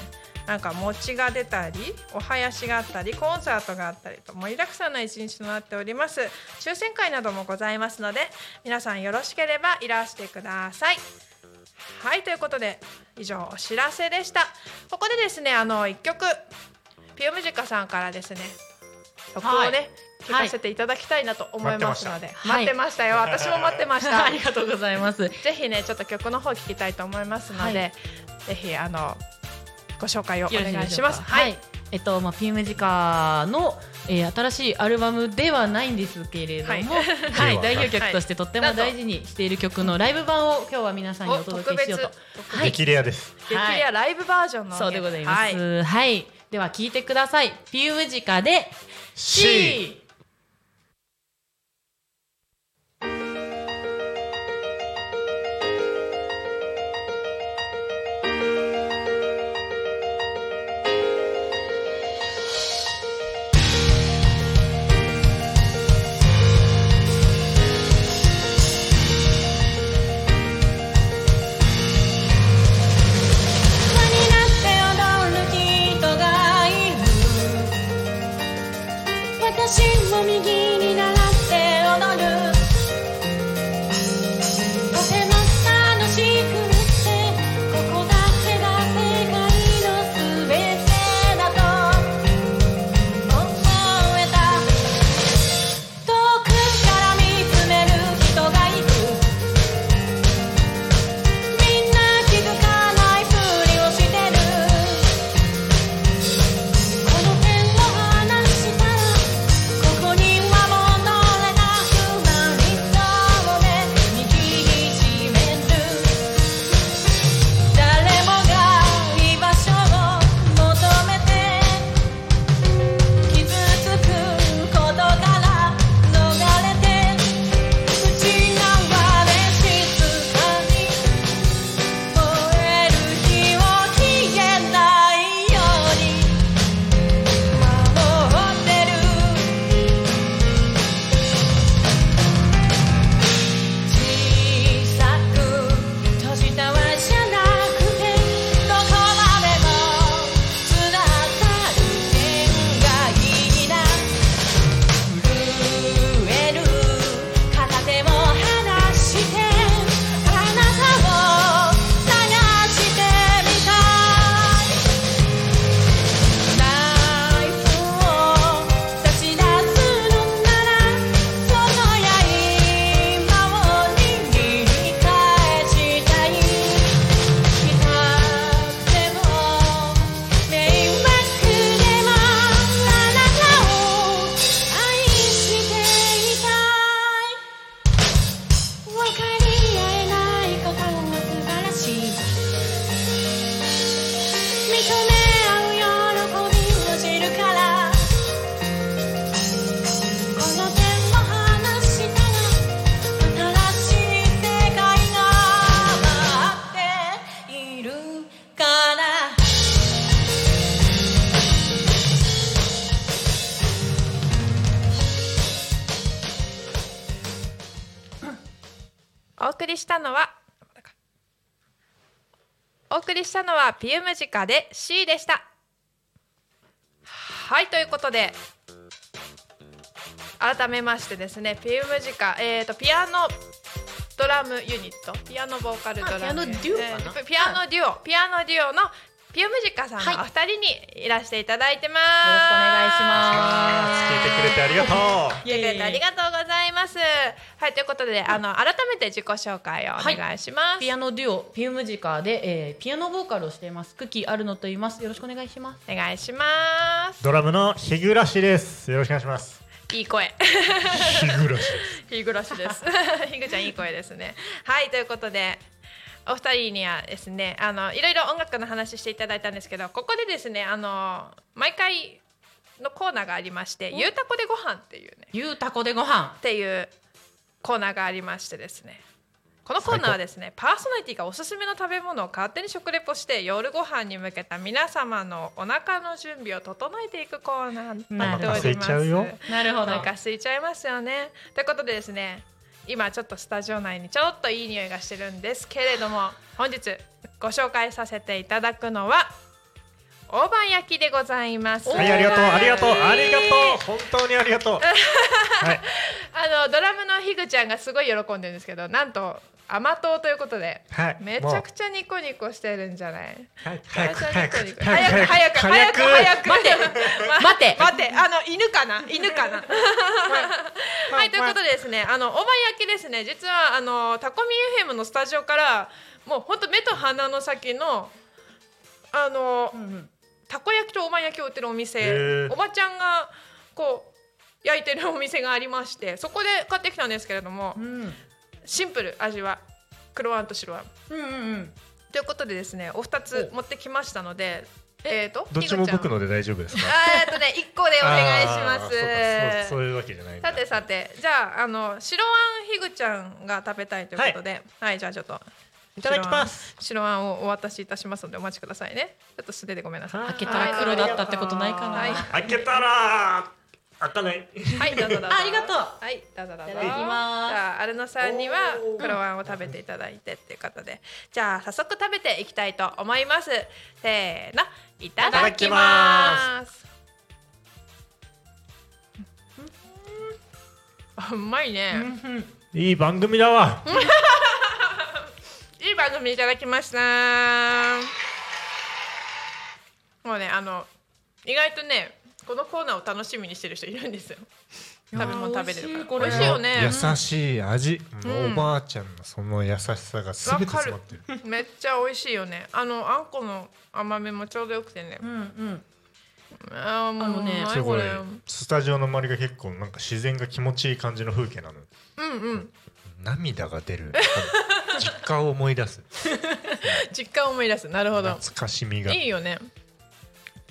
Speaker 2: なんか餅が出たりお囃子があったりコンサートがあったりと盛りだくさんの一日となっております抽選会などもございますので皆さんよろしければいらしてくださいはいということで以上お知らせでしたここでですねあの1曲ピオムジカさんからですね曲をね、聴
Speaker 6: はい
Speaker 2: かせていただきたいなと思いますので、
Speaker 6: はい
Speaker 2: 待ってましたよ私も待ってました
Speaker 6: ありがとうございます。
Speaker 2: ぜひねちょっと曲の方聞きたいと思いますので、
Speaker 6: は
Speaker 2: ぜひあのご紹介をお
Speaker 6: よろし
Speaker 2: 願
Speaker 6: い
Speaker 2: い
Speaker 6: で
Speaker 2: し
Speaker 6: ょうか
Speaker 2: ます。はい、
Speaker 6: えっとまあ、ピウムジカの、えー新しいアルバムではないんですけれども、
Speaker 2: は
Speaker 6: はいい
Speaker 4: では
Speaker 6: 代表曲としてとっても大事にしている曲のライブ版を今日は皆さんにお
Speaker 2: お
Speaker 6: 届
Speaker 2: 特
Speaker 6: けし
Speaker 2: 別
Speaker 6: ようと
Speaker 2: 激。
Speaker 6: はい
Speaker 4: 激レアです。
Speaker 6: はい
Speaker 2: レアライブバージョンの
Speaker 6: そうでございます。は
Speaker 2: はい
Speaker 6: い、では聞いてください。ピウムジカで
Speaker 4: C。
Speaker 6: C。
Speaker 3: 輪になって踊る人がいる私も右に習って踊るとても楽しくってここだけが世界の全てだと思えた遠くから見つめる人がいるみんな気づかないふりをしてるこの辺を離したらここには戻れなくなりそうで握りしめる誰もが居場所を求めて傷つくことから逃れて口側で静かに「燃える火を消えないように守ってる」「小さく閉じた輪じゃなくて」「どこまでも繋がる線がいいな」「震える片手を離して」「あなたを探してみたい」「ナイフを差し出すのなら」「その刃を握り返したい」「ひたでも」「迷惑でもあなたを愛していたい」「分かり合えないことも素晴らしい」「認め合う喜びを知るから」「この手を離したら新しい世界が待っているから」
Speaker 2: お送りしたのはお送りしたのはピウムジカで C でした。はいということで改めましてですねピウムジカ、えー、とピアノドラムユニットピアノボーカルドラム
Speaker 3: まあピアノデュオかな
Speaker 2: えーピアノデュオピアノデュオのピウムジカさんのお二人にいらしていただいてます、
Speaker 4: あー聞いてくれてありがとう。
Speaker 3: いやいやいや
Speaker 2: ありがとうございます。はい、ということで、あの、改めて自己紹介をお願いします。
Speaker 3: ピアノデュオピウムジカで、えーピアノボーカルをしていますクキあるのと言いますよろしくお願いします
Speaker 2: お願いします。
Speaker 1: ドラムの日暮です。よろしくお願いします。
Speaker 2: いい声。
Speaker 4: 日暮らし。
Speaker 2: ひぐらし です。ひぐちゃんいい声ですね。はい、ということで。お二人にはですね、あのいろいろ音楽の話していただいたんですけど、ここでですね、あの毎回のコーナーがありまして、ゆうたこでご飯っていうね、
Speaker 3: ゆうたこでご飯
Speaker 2: っていうコーナーがありましてですね。このコーナーはですね、パーソナリティがおすすめの食べ物を勝手に食レポして夜ご飯に向けた皆様のお腹の準備を整えていくコーナーになっております。
Speaker 4: お腹空いちゃうよ
Speaker 3: なる
Speaker 2: お
Speaker 3: ほど
Speaker 2: 腹空いちゃいますよね。ということでですね今ちょっとスタジオ内にちょっといい匂いがしてるんですけれども本日ご紹介させていただくのは大判焼きでございます。
Speaker 1: はい、ありがとう、ありがとう、ありがと
Speaker 2: あ
Speaker 1: う、本当にありがとう。はい、
Speaker 2: のドラムのひぐちゃんがすごい喜んでるんですけどなんと甘党ということで
Speaker 1: はい、
Speaker 2: めちゃく
Speaker 1: ち
Speaker 2: ちゃニコニコしてるんじゃない
Speaker 1: ゃ。はい早く、
Speaker 2: めちゃ
Speaker 1: 早く
Speaker 2: くちゃニコニ、コ
Speaker 1: 早く、
Speaker 2: 早く早く早く
Speaker 3: 待て待て
Speaker 2: 待ってあの犬か な犬かなはいということでですねあのおば焼きですね実はあのタコミ FM のスタジオからもうほんと目と鼻の先のあの
Speaker 3: うんうん
Speaker 2: たこ焼きとおば焼きを売ってるお店、
Speaker 1: へー
Speaker 2: おばちゃんがこう焼いてるお店がありましてそこで買ってきたんですけれども
Speaker 3: うん
Speaker 2: シンプル味は黒あんと白あん
Speaker 3: うんうんうん
Speaker 2: ということでですねお二つ持ってきましたのでえっ、ー、と
Speaker 4: どっちも
Speaker 2: ひぐゃん
Speaker 4: 僕ので大丈夫ですか。
Speaker 2: あーえっとね一個でお願いしま
Speaker 4: あーそうか
Speaker 2: す
Speaker 4: そうそういうわけじゃないんだ
Speaker 2: さてさてじゃああの白あんひぐちゃんが食べたいということではい、じゃあちょっと
Speaker 1: いただきます。
Speaker 2: 白あんをお渡しいたしますのでお待ちくださいねちょっと素手でごめんなさい
Speaker 1: は
Speaker 2: は
Speaker 1: あ
Speaker 3: 開けたら黒だったってことないかな、
Speaker 2: はい
Speaker 1: 開けたら。開かない。
Speaker 2: いどうぞどうぞ
Speaker 3: あありがとう
Speaker 2: はいどうぞどうぞ
Speaker 3: いただきます
Speaker 2: じゃあアルノさんには黒あんを食べていただいてっていうことでじゃあ早速食べていきたいと思いますせーのいただきますうんうまいね、
Speaker 1: いい番組だわ。
Speaker 2: いい番組いただきましたもうねあの意外とねこのコーナーを楽しみにしてる人いるんですよ食べ物食べれるから
Speaker 3: これ
Speaker 2: 美味しいよね
Speaker 4: 優しい味、
Speaker 2: うん
Speaker 4: おばあちゃんのその優しさがすべて詰まってる。
Speaker 2: めっちゃ美味しいよねあのあんこの甘めもちょうどよくてね
Speaker 3: うんうん
Speaker 2: あーもう
Speaker 3: あの
Speaker 2: う
Speaker 3: ね
Speaker 2: ま
Speaker 4: す
Speaker 2: いこ
Speaker 4: ごい
Speaker 2: れ
Speaker 4: スタジオの周りが結構なんか自然が気持ちいい感じの風景なの
Speaker 2: うんうん
Speaker 4: 涙が出る実家を思い出す
Speaker 2: 実感を思い出すなるほど
Speaker 4: 懐かしみが
Speaker 2: いいよね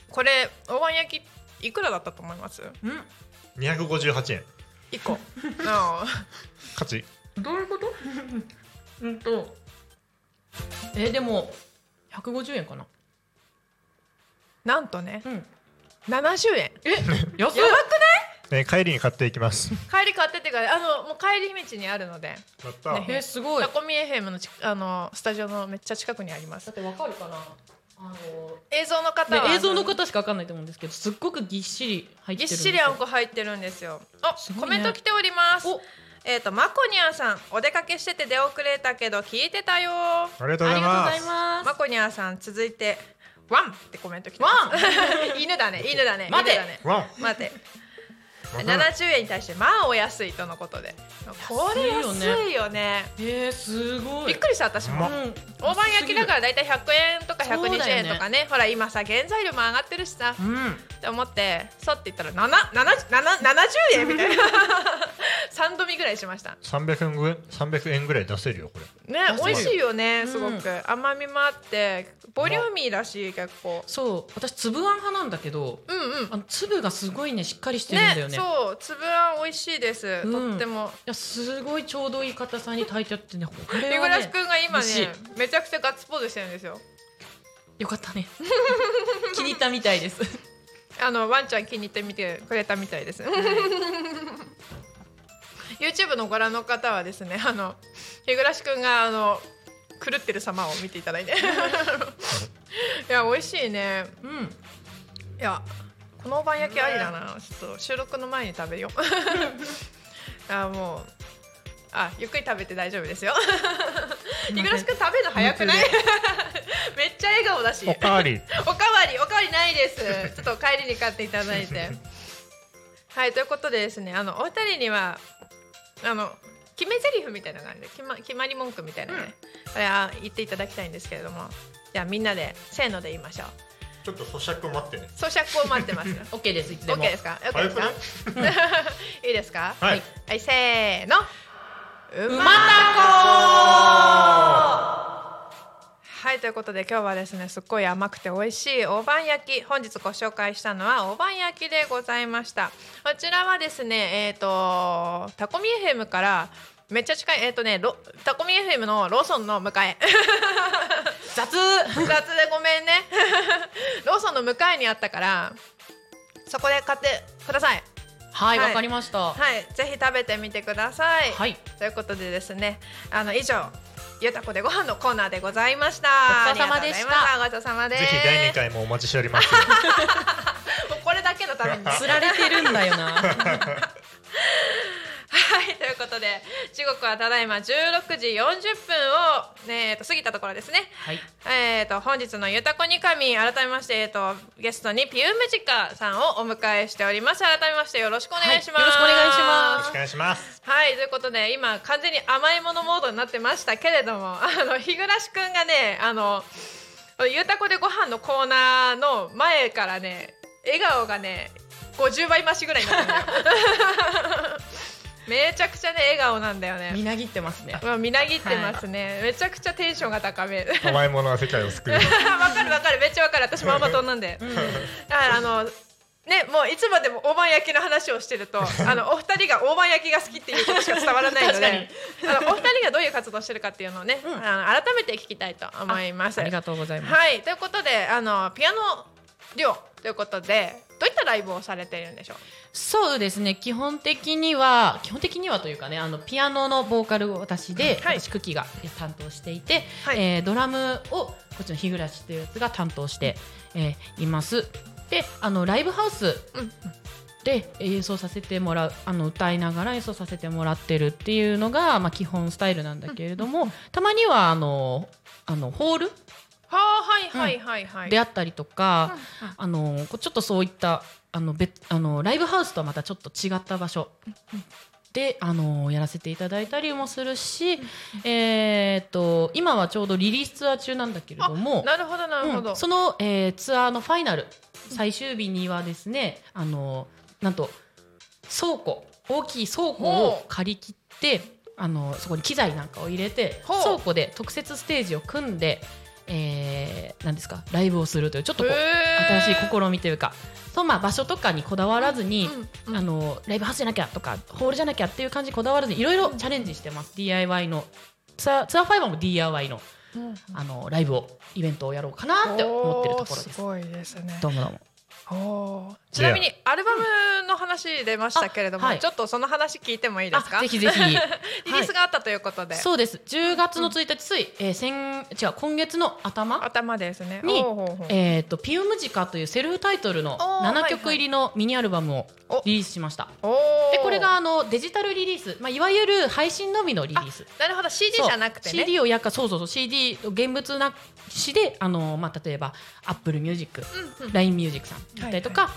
Speaker 2: これお椀焼きいくらだったと思います
Speaker 1: 258円
Speaker 2: 一 個ああ
Speaker 4: 価値
Speaker 3: どういうことうんとえーでも150円かな
Speaker 2: なんとね
Speaker 3: うん
Speaker 2: 70円
Speaker 3: 安い
Speaker 2: やば
Speaker 4: えー帰りに買っていきます
Speaker 2: 帰り買ってってからあのもう帰り道にあるので
Speaker 1: やった
Speaker 2: ね
Speaker 3: えーすごい
Speaker 2: タ
Speaker 3: だ
Speaker 2: コミ FM のちあのスタジオのめっちゃ近くにあります
Speaker 3: ってわかるかなあの
Speaker 2: 映像の方
Speaker 3: ね
Speaker 2: は、
Speaker 3: 映像の
Speaker 2: あ
Speaker 3: 方しかわかんないと思うんですけどすっごくぎっしり入って
Speaker 2: ぎっ
Speaker 3: る
Speaker 2: しりあんこ入ってるんですよあ
Speaker 3: すごいね
Speaker 2: コメント来ております
Speaker 3: お
Speaker 2: えっ、とマコニャンさんお出かけしてて出遅れたけど聞いてたよ
Speaker 4: ありがとう
Speaker 3: あり
Speaker 4: ござ
Speaker 3: が
Speaker 4: い
Speaker 3: とうご
Speaker 4: ま
Speaker 3: ざい
Speaker 4: す
Speaker 3: ます
Speaker 2: マコニャンさん続いてワンってコメント来てワン 犬だね犬だね
Speaker 3: 待て
Speaker 2: 犬だね
Speaker 4: ワン
Speaker 2: 待て
Speaker 4: わかる
Speaker 2: 70円に対してまあお安いとのことでこれ安いよね
Speaker 3: 安えー、すごい
Speaker 2: びっくりした私も、
Speaker 4: うま
Speaker 3: うん
Speaker 2: 大判焼きだから大体100円とか
Speaker 3: そうだよ
Speaker 2: 120
Speaker 3: ね
Speaker 2: 円とかねほら今さ原材料も上がってるしさ、って思ってそって言ったら7 7 70円みたいな 3度見ぐらいしました
Speaker 4: 300円ぐらい300円ぐらい出せるよこれ
Speaker 2: ね
Speaker 3: 安い
Speaker 2: 美味しいよね
Speaker 3: ん
Speaker 2: すごく、甘みもあってボリューミーだし結構
Speaker 3: そう私粒あん派なんだけど
Speaker 2: うんうん
Speaker 3: あの粒がすごいねしっかりしてるんだよ
Speaker 2: ね
Speaker 3: ね
Speaker 2: そう粒あん美味しいです、
Speaker 3: う
Speaker 2: と
Speaker 3: ん
Speaker 2: っても
Speaker 3: いやすごいちょうどいい硬さに炊いてあってねこれ
Speaker 2: 日
Speaker 3: は
Speaker 2: 暮
Speaker 3: ね
Speaker 2: くんが今ね
Speaker 3: 美味しい
Speaker 2: めちゃくちゃガッツポーズしてるんですよ
Speaker 3: よかったね 気に入ったみたいです
Speaker 2: あのワンちゃん気に入ってみてくれたみたいです。YouTube のご覧の方はですね、あの日暮くんがあの狂ってる様を見ていた だいて、いや美味しいね。
Speaker 3: うん
Speaker 2: いやのおばん焼きありだなちょっと収録の前に食べよ うあもうあゆっくり食べて大丈夫ですよ
Speaker 3: ん
Speaker 2: イグラシ君食べるの早くない めっちゃ笑顔だし
Speaker 1: おかわり
Speaker 2: おかわりおかわりないです。ちょっと帰りに買っていただいて。 はいということでですねあのお二人にはあの決め台詞みたいな感じで決ま決まり文句みたいなね、あれは言っていただきたいんですけれどもじゃあみんなでせーので言いましょう
Speaker 1: ちょっと咀嚼を待ってね
Speaker 2: 咀嚼を待ってます
Speaker 3: オッケーですいつで
Speaker 2: OK
Speaker 3: も
Speaker 2: ですか OK ですか
Speaker 1: 早
Speaker 2: いいですか
Speaker 1: はい
Speaker 2: はいせーの馬たこはいということで今日はですねすっごい甘くて美味しい大判焼き本日ご紹介したのは大判焼きでございましたこちらはですねえっ、とタコミ FM からめっちゃ近いえっ、とねロタコミ FM のローソンの向かい
Speaker 3: 雑
Speaker 2: 雑でごめんね ローソンの向かいにあったからそこで買ってください
Speaker 3: はい
Speaker 2: は
Speaker 3: わ
Speaker 2: い
Speaker 3: かりましたは
Speaker 2: はいぜひ食べてみてください、
Speaker 3: い
Speaker 2: ということでですねあの以上ゆたこでご飯のコーナーでございました
Speaker 3: ごちそうさまでした
Speaker 2: ありがとうございましたごちそうさまで
Speaker 1: ぜ
Speaker 2: す
Speaker 1: ひ第2回もお待ちしております
Speaker 2: もうこれだけの ためにはい
Speaker 3: 釣られてるんだよな
Speaker 2: ということで時刻はただいま16時40分を、ねえーと過ぎたところですね
Speaker 3: はい
Speaker 2: えー、と本日の「ゆたこにかみ」改めまして、えー、とゲストにピュームジカさんをお迎えしております改めましてよろしくお願いします、
Speaker 3: はいよろしくお願いします
Speaker 1: お願いします
Speaker 2: はいということで今完全に甘いものモードになってましたけれども あの日暮くんがねあの「ゆうたこでご飯のコーナーの前からね笑顔がね50倍増しぐらいになってんだよ めちゃくちゃね笑顔なんだよ
Speaker 3: み
Speaker 2: ね
Speaker 3: なぎってますね
Speaker 2: まあみなぎってますね、めちゃくちゃテンションが高 め
Speaker 4: 甘いものは世界を救う。
Speaker 2: わかるわかるめっちゃわかる私もアマトンなんで、だからあのねもういつまでも大判焼きの話をしてる とあのお二人が大判焼きが好きっていうことしか伝わらないのであのお二人がどういう活動をしてるかっていうのをね、あの改めて聞きたいと思います。
Speaker 3: ありがとうございます
Speaker 2: はいということであのピアノ寮ということでどういったライブをされているんでしょう
Speaker 3: そうですね基本的には基本的にはというかねあのピアノのボーカルを私で、
Speaker 2: はい
Speaker 3: 私クキが担当していて、
Speaker 2: はい
Speaker 3: えードラムをこっちの日暮というやつが担当して、えーいますであのライブハウス
Speaker 2: うん
Speaker 3: で演奏させてもらうあの歌いながら演奏させてもらってるっていうのが、まあ、基本スタイルなんだけれども、たまにはあのあのホール
Speaker 2: はあはいはいはいはい。
Speaker 3: であったりとか、
Speaker 2: うんうん
Speaker 3: あのこうちょっとそういったあの別あのライブハウスとはまたちょっと違った場所であのやらせていただいたりもするし、えー、と今はちょうどリリースツアー中なんだけれども
Speaker 2: なるほどなるほど。
Speaker 3: うんその、えーツアーのファイナル最終日にはですねあのなんと倉庫大きい倉庫
Speaker 2: ほう
Speaker 3: を借り切ってあのそこに機材なんかを入れて
Speaker 2: ほう
Speaker 3: 倉庫で特設ステージを組んで、えー、なんですかライブをするというちょっとこう新しい試みというかそう、まあ、場所とかにこだわらずに、あ
Speaker 2: の
Speaker 3: のライブハウスじゃなきゃとかホールじゃなきゃっていう感じにこだわらずにいろいろチャレンジしてます DIY のツアーツアーファイバーも DIY のあのライブをイベントをやろうかなって思ってるところです
Speaker 2: す。ごいですね。
Speaker 3: どうもどうも。
Speaker 2: おーちなみにアルバムの話出ましたけれども、
Speaker 3: あはい
Speaker 2: ちょっとその話聞いてもいいですか
Speaker 3: あぜ ひぜひ。はい
Speaker 2: リリースがあったということで、
Speaker 3: そうです。10月の1日つい、えー先違う今月の頭。
Speaker 2: 頭ですね
Speaker 3: に
Speaker 2: おうほうほう
Speaker 3: えっ、とピウムジカというセルフタイトルの
Speaker 2: おー
Speaker 3: 7曲入りのミニアルバム
Speaker 2: お
Speaker 3: をリリースしました。
Speaker 2: おー
Speaker 3: でこれがあのデジタルリリース、まあいわゆる配信のみのリリース。
Speaker 2: なるほど CD じ
Speaker 3: そう
Speaker 2: ゃなくてね
Speaker 3: CD をやっかそうそうそう CD を現物なしであのまあ例えば Apple Music、
Speaker 2: うんうん
Speaker 3: LINE Music さんだったりとか、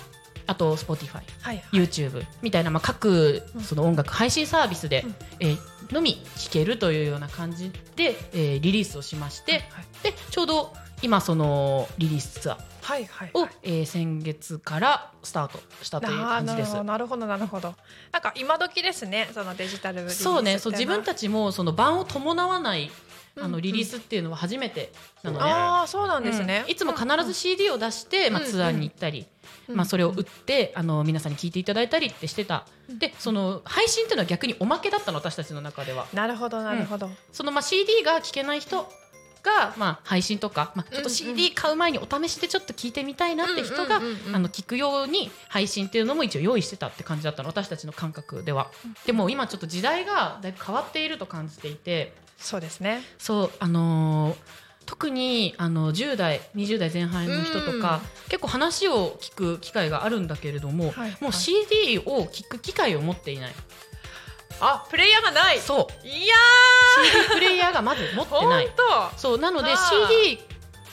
Speaker 3: あと Spotify、
Speaker 2: はいはい
Speaker 3: YouTube みたいな、まあ、各
Speaker 2: うん
Speaker 3: その音楽配信サービスで、
Speaker 2: うん
Speaker 3: えーのみ聴けるというような感じで、えーリリースをしまして、でちょうど今そのリリースツアー
Speaker 2: はいはい
Speaker 3: を、
Speaker 2: はい
Speaker 3: えー先月からスタートしたという
Speaker 2: あー
Speaker 3: 感じ
Speaker 2: な
Speaker 3: で
Speaker 2: る
Speaker 3: す
Speaker 2: ほど。なるほどなるほどなんか今時ですねそのデジタルリリース
Speaker 3: そうねそう自分
Speaker 2: ち
Speaker 3: たちもその版を伴わない
Speaker 2: う
Speaker 3: あ
Speaker 2: んう
Speaker 3: の
Speaker 2: ん
Speaker 3: リリースっていうのは初めてなので、
Speaker 2: ああそうなんですね、
Speaker 3: うんいつも必ず CD を出して、まあ、ツアーに行ったり、
Speaker 2: うん
Speaker 3: まあ、それを売ってあの皆さんに聞いていただいたりってしてた、でその配信っていうのは逆におまけだったの私たちの中では
Speaker 2: なるほどなるほど、
Speaker 3: そのまあ CD が聴けない人が、まあ、配信とか、まあ、ちょ
Speaker 2: う
Speaker 3: っと
Speaker 2: んうん
Speaker 3: CD 買う前にお試しでちょっと聞いてみたいなって人が、
Speaker 2: うんうんうんうん
Speaker 3: あの聞くように配信っていうのも一応用意してたって感じだったの私たちの感覚では、でも今ちょっと時代がだいぶ変わっていると感じていて
Speaker 2: そうですね
Speaker 3: そうあのー特にあの10代20代前半の人とか、結構話を聞く機会があるんだけれど
Speaker 2: は
Speaker 3: も、
Speaker 2: い
Speaker 3: も
Speaker 2: はいう
Speaker 3: CD を聞く機会を持っていない、
Speaker 2: あプレイヤーがないい
Speaker 3: そう
Speaker 2: や
Speaker 3: CD プレイヤーがまず持
Speaker 2: ー
Speaker 3: ってな
Speaker 2: 本
Speaker 3: い
Speaker 2: 当
Speaker 3: そうなので
Speaker 2: あー
Speaker 3: CD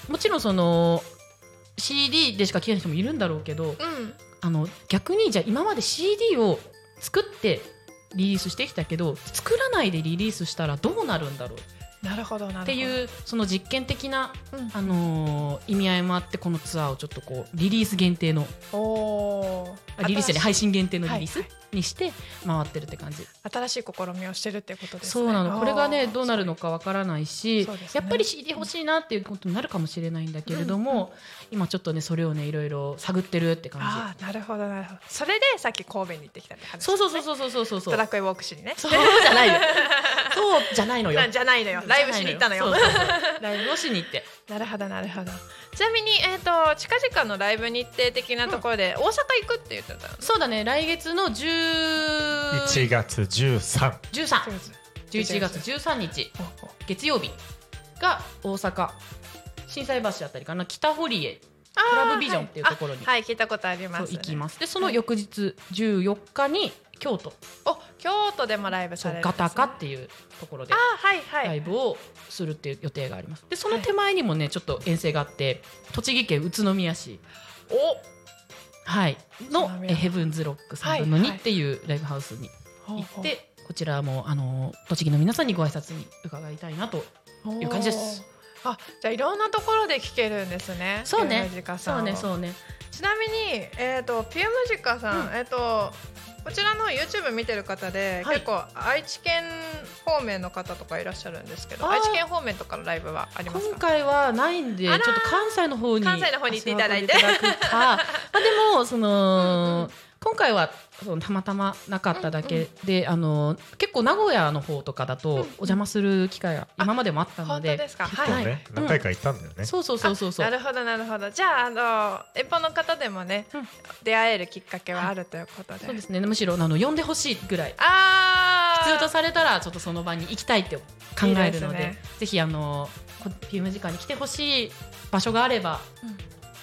Speaker 3: もちろんその CD でしか聴けない人もいるんだろうけど
Speaker 2: うん
Speaker 3: あの逆にじゃあ今まで CD を作ってリリースしてきたけど作らないでリリースしたらどうなるんだろう
Speaker 2: なるほどなるほど
Speaker 3: っていうその実験的な、
Speaker 2: うん
Speaker 3: あのー意味合いもあってこのツアーをちょっとこうリリース限定の
Speaker 2: おー
Speaker 3: あリリースじゃ
Speaker 2: 新
Speaker 3: ない
Speaker 2: し
Speaker 3: 配信限定のリリー
Speaker 2: は
Speaker 3: スにして回ってるって感じ、
Speaker 2: 新しい試みをしてるってことですね
Speaker 3: そうなのこれが
Speaker 2: あ
Speaker 3: ね
Speaker 2: ー
Speaker 3: どうなるのかわからないし、
Speaker 2: そうですね
Speaker 3: やっぱり CD 欲しいなっていうことになるかもしれないんだけれども、今ちょっとねそれをねいろいろ探ってるって感
Speaker 2: あーなるほどなるほどそれでさっき神戸に行ってきたって話
Speaker 3: じそうそうそうそうそうそうそう
Speaker 2: ドラクエウォークしにね
Speaker 3: そうじゃないよ そうじゃないのよ
Speaker 2: なんじゃないのよライブしに行ったのよ
Speaker 3: そうそうそうライブをしに行って
Speaker 2: なるほどなるほどちなみにえっ、と近々のライブ日程的なところで、大阪行くって言ってたの
Speaker 3: そうだね来月の10
Speaker 4: 1月13
Speaker 3: 13 11月13日
Speaker 2: おお
Speaker 3: 月曜日が大阪心斎橋あたりかな北堀江
Speaker 2: あー
Speaker 3: クラブビジョンっていうところに
Speaker 2: はい、はい聞いたことあります、
Speaker 3: そう行きますすでその翌日14日に京都
Speaker 2: お京都でもライブ
Speaker 3: そ
Speaker 2: さ
Speaker 3: う
Speaker 2: れるんです
Speaker 3: ガ
Speaker 2: ね
Speaker 3: タカっていうところで
Speaker 2: あはいはい
Speaker 3: ライブをするっていう予定がありますでその手前にもねちょっと遠征があって栃木県宇都宮市
Speaker 2: お
Speaker 3: はいの
Speaker 2: 宇都宮
Speaker 3: えヘブンズロック3分の
Speaker 2: はいはい
Speaker 3: 2っていうライブハウスに行
Speaker 2: 行
Speaker 3: っ
Speaker 2: って
Speaker 3: てこちらもあの栃木の皆さんにご挨拶に伺いたいなという感じです
Speaker 2: おーあじゃあいろんなところで聞けるんですね
Speaker 3: そうね
Speaker 2: ピュームジカさん
Speaker 3: そ
Speaker 2: を
Speaker 3: うねそうね
Speaker 2: ちなみに、えー、とピュームジカさん、えー、とこちらの YouTube 見てる方で、
Speaker 3: はい
Speaker 2: 結構愛知県方面の方とかいらっしゃるんですけど
Speaker 3: あー
Speaker 2: 愛知県方面とかのライブはあります
Speaker 3: 今
Speaker 2: か
Speaker 3: 回はないんでちょ
Speaker 2: あ
Speaker 3: っ
Speaker 2: らー
Speaker 3: と関西の方に
Speaker 2: 関西の方に行っていた だいて
Speaker 3: 足を運んでいただくかまあでもその今回はそのたまたまなかっただけで、あの結構名古屋の方とかだとお邪魔する機会が今までもあったの
Speaker 2: 本当
Speaker 3: で
Speaker 2: ですか
Speaker 4: そう
Speaker 2: はい、
Speaker 4: ね何回か行ったんだよね、
Speaker 3: そうそうそうそうそ
Speaker 2: あ
Speaker 3: う
Speaker 2: なるほどなるほどじゃああの遠方の方でもね、
Speaker 3: うん
Speaker 2: 出会えるきっかけはあるということで、
Speaker 3: そうですねむしろあの呼んでほしいぐらい
Speaker 2: あ
Speaker 3: 必要と
Speaker 2: あ
Speaker 3: されたらちょっとその場に行きたいって考えるので
Speaker 2: いいですね
Speaker 3: ぜひあのこ PM 時間に来てほしい場所があれば、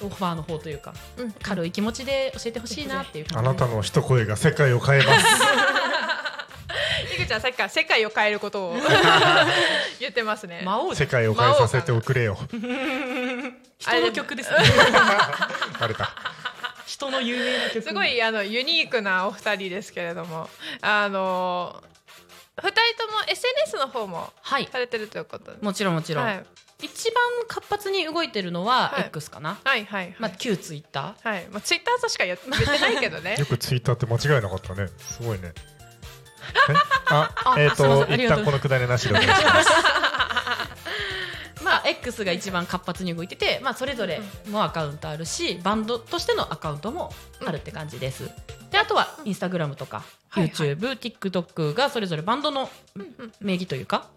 Speaker 3: オファーの方というか
Speaker 2: うん
Speaker 3: 軽い気持ちで教えてほしいなっていう
Speaker 4: あ
Speaker 3: 感じ
Speaker 4: なたの一声が世界を変えます
Speaker 2: ゆくちゃんさっきから世界を変えること を言ってますね
Speaker 3: 魔王じゃ
Speaker 4: 世
Speaker 3: ん
Speaker 4: 界を変えさせておくれよ
Speaker 3: 人の曲ですね
Speaker 4: バレた
Speaker 3: 人の有名な曲
Speaker 2: すごいあのユニークなお二人ですけれどもあの二人とも SNS の方も
Speaker 3: はい
Speaker 2: されてるということで
Speaker 3: もちろんもちろん、
Speaker 2: はい
Speaker 3: 一番活発に動いてるのは
Speaker 2: はい
Speaker 3: X かな、
Speaker 2: はいはい
Speaker 3: ま
Speaker 2: は
Speaker 3: あ
Speaker 2: い、
Speaker 3: 旧 Twitter
Speaker 2: はいまあ、ツイッターとしか言って言ってないけど ね
Speaker 4: よくツイッターって間違いなかったね。すごいね。えあ
Speaker 3: あ、
Speaker 4: えっ、
Speaker 3: すいま
Speaker 4: と
Speaker 3: せんあり
Speaker 4: 一
Speaker 3: がとう
Speaker 4: 旦このくだりなしでお願いします。
Speaker 3: まあ X が一番活発に動いてて、まあ、それぞれのアカウントあるしバンドとしてのアカウントもあるって感じです。であとはインスタグラムとか
Speaker 2: はいはい
Speaker 3: YouTubeTikTok がそれぞれバンドの名義というか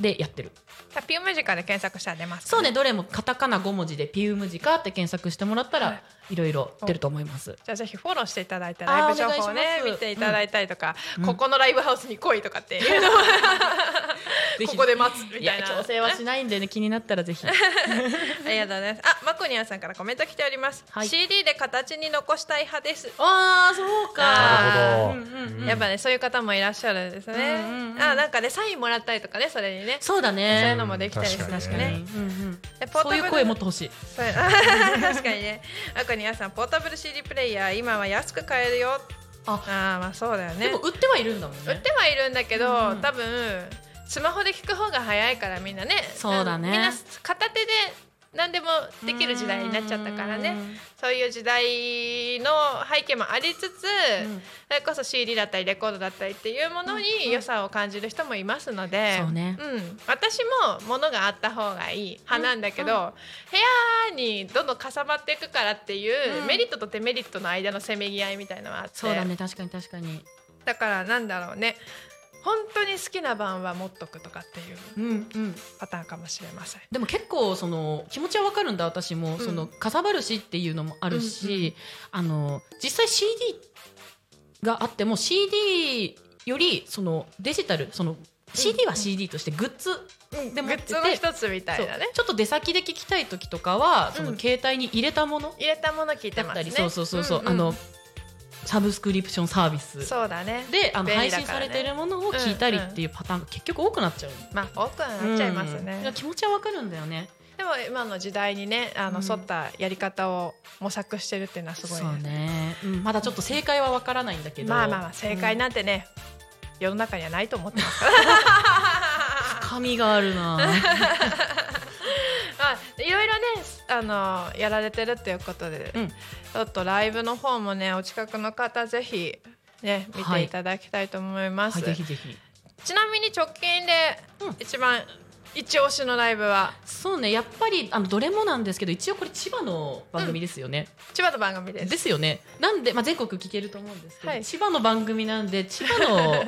Speaker 3: でやってる
Speaker 2: タピオミュージカルで検索したら出ます
Speaker 3: そうねどれもカタカナ5文字で「ピウムジカ」って検索してもらった
Speaker 2: は
Speaker 3: らいろいろ出ると思います。
Speaker 2: じゃあぜひフォローしていただいてライブ情報をね
Speaker 3: あーお願いします
Speaker 2: 見ていただいたりとか、
Speaker 3: うん
Speaker 2: ここのライブハウスに来いとかっていうの を
Speaker 3: ぜひ
Speaker 2: ここで待つみ
Speaker 3: い
Speaker 2: たい
Speaker 3: や
Speaker 2: な
Speaker 3: 強制はしないんでね気になったらぜ ひ
Speaker 2: ありがとうございますあマコニアンさんからコメント来ております、
Speaker 3: はい
Speaker 2: CD で形に残したい派です
Speaker 3: ああそう
Speaker 2: か
Speaker 3: か
Speaker 4: なるほど。
Speaker 3: うんうん
Speaker 4: うん
Speaker 2: やっぱねそういう方もいらっしゃるんですね、
Speaker 3: うんうんうん
Speaker 2: あなんかねサインもらったりとかねそれにね
Speaker 3: そうだ
Speaker 2: そういう
Speaker 3: ね
Speaker 2: のもできたりするしね
Speaker 4: 確かに
Speaker 3: うん
Speaker 4: ね
Speaker 3: うん
Speaker 2: でポータ
Speaker 3: そ
Speaker 2: ブ
Speaker 3: う
Speaker 2: ル
Speaker 3: いう声もっと欲しい
Speaker 2: そう 確かにねあこにやさんポータブル CD プレイヤー今は安く買えるよ
Speaker 3: あ
Speaker 2: あーまあそうだよね
Speaker 3: でも売ってはいるんだもんね
Speaker 2: 売ってはいるんだけど、
Speaker 3: うんうん
Speaker 2: 多分スマホで聞く方が早いからみんなね
Speaker 3: そうだね
Speaker 2: あのみんな片手で何でもできる時代になっちゃったからねそういう時代の背景もありつつ、
Speaker 3: うん
Speaker 2: それこそ CD だったりレコードだったりっていうものに良さを感じる人もいますので、
Speaker 3: そうね
Speaker 2: ん、私も物があった方がいい派なんだけど、部屋にどんどんかさばっていくからっていう、
Speaker 3: うん
Speaker 2: メリットとデメリットの間のせめぎ合いみたいのはあって
Speaker 3: そうだね確かに確かに
Speaker 2: だからなんだろうね本当に好きな版は持っとくとかっていう
Speaker 3: うんうん
Speaker 2: パターンかもしれません。
Speaker 3: でも結構その気持ちはわかるんだ私も、
Speaker 2: ん
Speaker 3: そのかさばるしっていうのもあるし、あの実際 CD があっても CD よりそのデジタルその CD は CD としてグッズで持
Speaker 2: グ
Speaker 3: って
Speaker 2: ッ
Speaker 3: て、
Speaker 2: ズの一つみたいなね
Speaker 3: そうちょっと出先で聞きたい時とかはその
Speaker 2: うん
Speaker 3: 携帯に入れたもの
Speaker 2: 入れたもの聞いて
Speaker 3: だっ
Speaker 2: ま
Speaker 3: た
Speaker 2: す
Speaker 3: り、
Speaker 2: ね
Speaker 3: そうそうそうそう、
Speaker 2: んん
Speaker 3: あのサブスクリプションサービス
Speaker 2: そうだね
Speaker 3: であの
Speaker 2: 便利
Speaker 3: 配
Speaker 2: だ
Speaker 3: 信
Speaker 2: か
Speaker 3: さ
Speaker 2: らね
Speaker 3: れてるものを聞いたりっていうパターンが結局多くなっちゃう、
Speaker 2: まあ多くなっちゃいます
Speaker 3: うんいや
Speaker 2: ね、
Speaker 3: 気持ちはわかるんだよね
Speaker 2: でも今の時代にねあの
Speaker 3: うん
Speaker 2: 沿ったやり方を模索してるっていうのはすごい
Speaker 3: そうね、うんまだちょっと正解はわからないんだけど
Speaker 2: まあまあまあ正解なんてね、世の中にはないと思って ますから
Speaker 3: 神があるな
Speaker 2: まあいろいろねあのやられてるっていうことで、
Speaker 3: うん
Speaker 2: ちょっとライブの方もねお近くの方ぜひね見
Speaker 3: は
Speaker 2: て
Speaker 3: い
Speaker 2: いただきたいと思います、
Speaker 3: はいぜひぜひ
Speaker 2: ちなみに直近で
Speaker 3: うん
Speaker 2: 一番一押しのライブは
Speaker 3: そうねやっぱりあのどれもなんですけど一応これ千葉の番組ですよね、
Speaker 2: 千葉の番組です
Speaker 3: ですよねなんで、まあ、全国聞けると思うんですけど、
Speaker 2: はい
Speaker 3: 千葉の番組なんで千葉の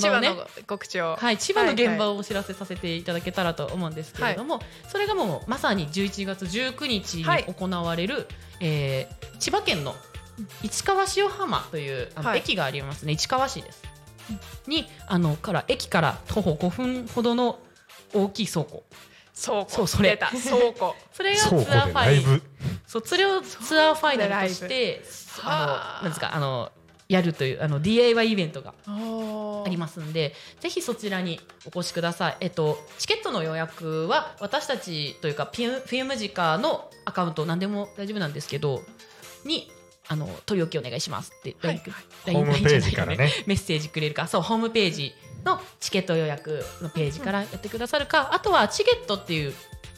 Speaker 2: 千
Speaker 3: 場
Speaker 2: 葉
Speaker 3: をね
Speaker 2: の告知を、
Speaker 3: はい、千葉の現場をお知らせさせていただけたらと思うんですけれども、それがもうまさに11月19日に
Speaker 2: はい
Speaker 3: 行われる、えー千葉県の市川塩浜というあの、
Speaker 2: はい
Speaker 3: 駅がありますね市川市です、にあのから駅から徒歩5分ほどの大きい倉庫
Speaker 2: 倉庫
Speaker 3: そう それ
Speaker 2: 出た倉庫
Speaker 3: それがツ
Speaker 4: 倉
Speaker 3: アー
Speaker 4: 庫で
Speaker 3: フ
Speaker 4: ラ
Speaker 3: ァ
Speaker 4: イ
Speaker 3: イナル
Speaker 4: ブ
Speaker 3: そうそれをツアーファイナルとして
Speaker 2: そうライブは
Speaker 3: あ
Speaker 2: あ
Speaker 3: のなんですかあのやるというあの DIY イベントが
Speaker 2: あ
Speaker 3: あり
Speaker 2: ま
Speaker 3: ますんで、ぜひそちらにお越しください。えっと、チケットの予約は私たちというか、ピュフィウムジカのアカウント、何でも大丈夫なんですけど、に、あの、取り置きお願いしますって、
Speaker 2: はい
Speaker 3: LINE
Speaker 4: ホー
Speaker 3: LINE
Speaker 4: ムページから
Speaker 3: じゃないよ
Speaker 4: ね。
Speaker 3: メッセージくれるか、そう、ホームページのチケット予約のページからやってくださるか、あとはチケットっていう、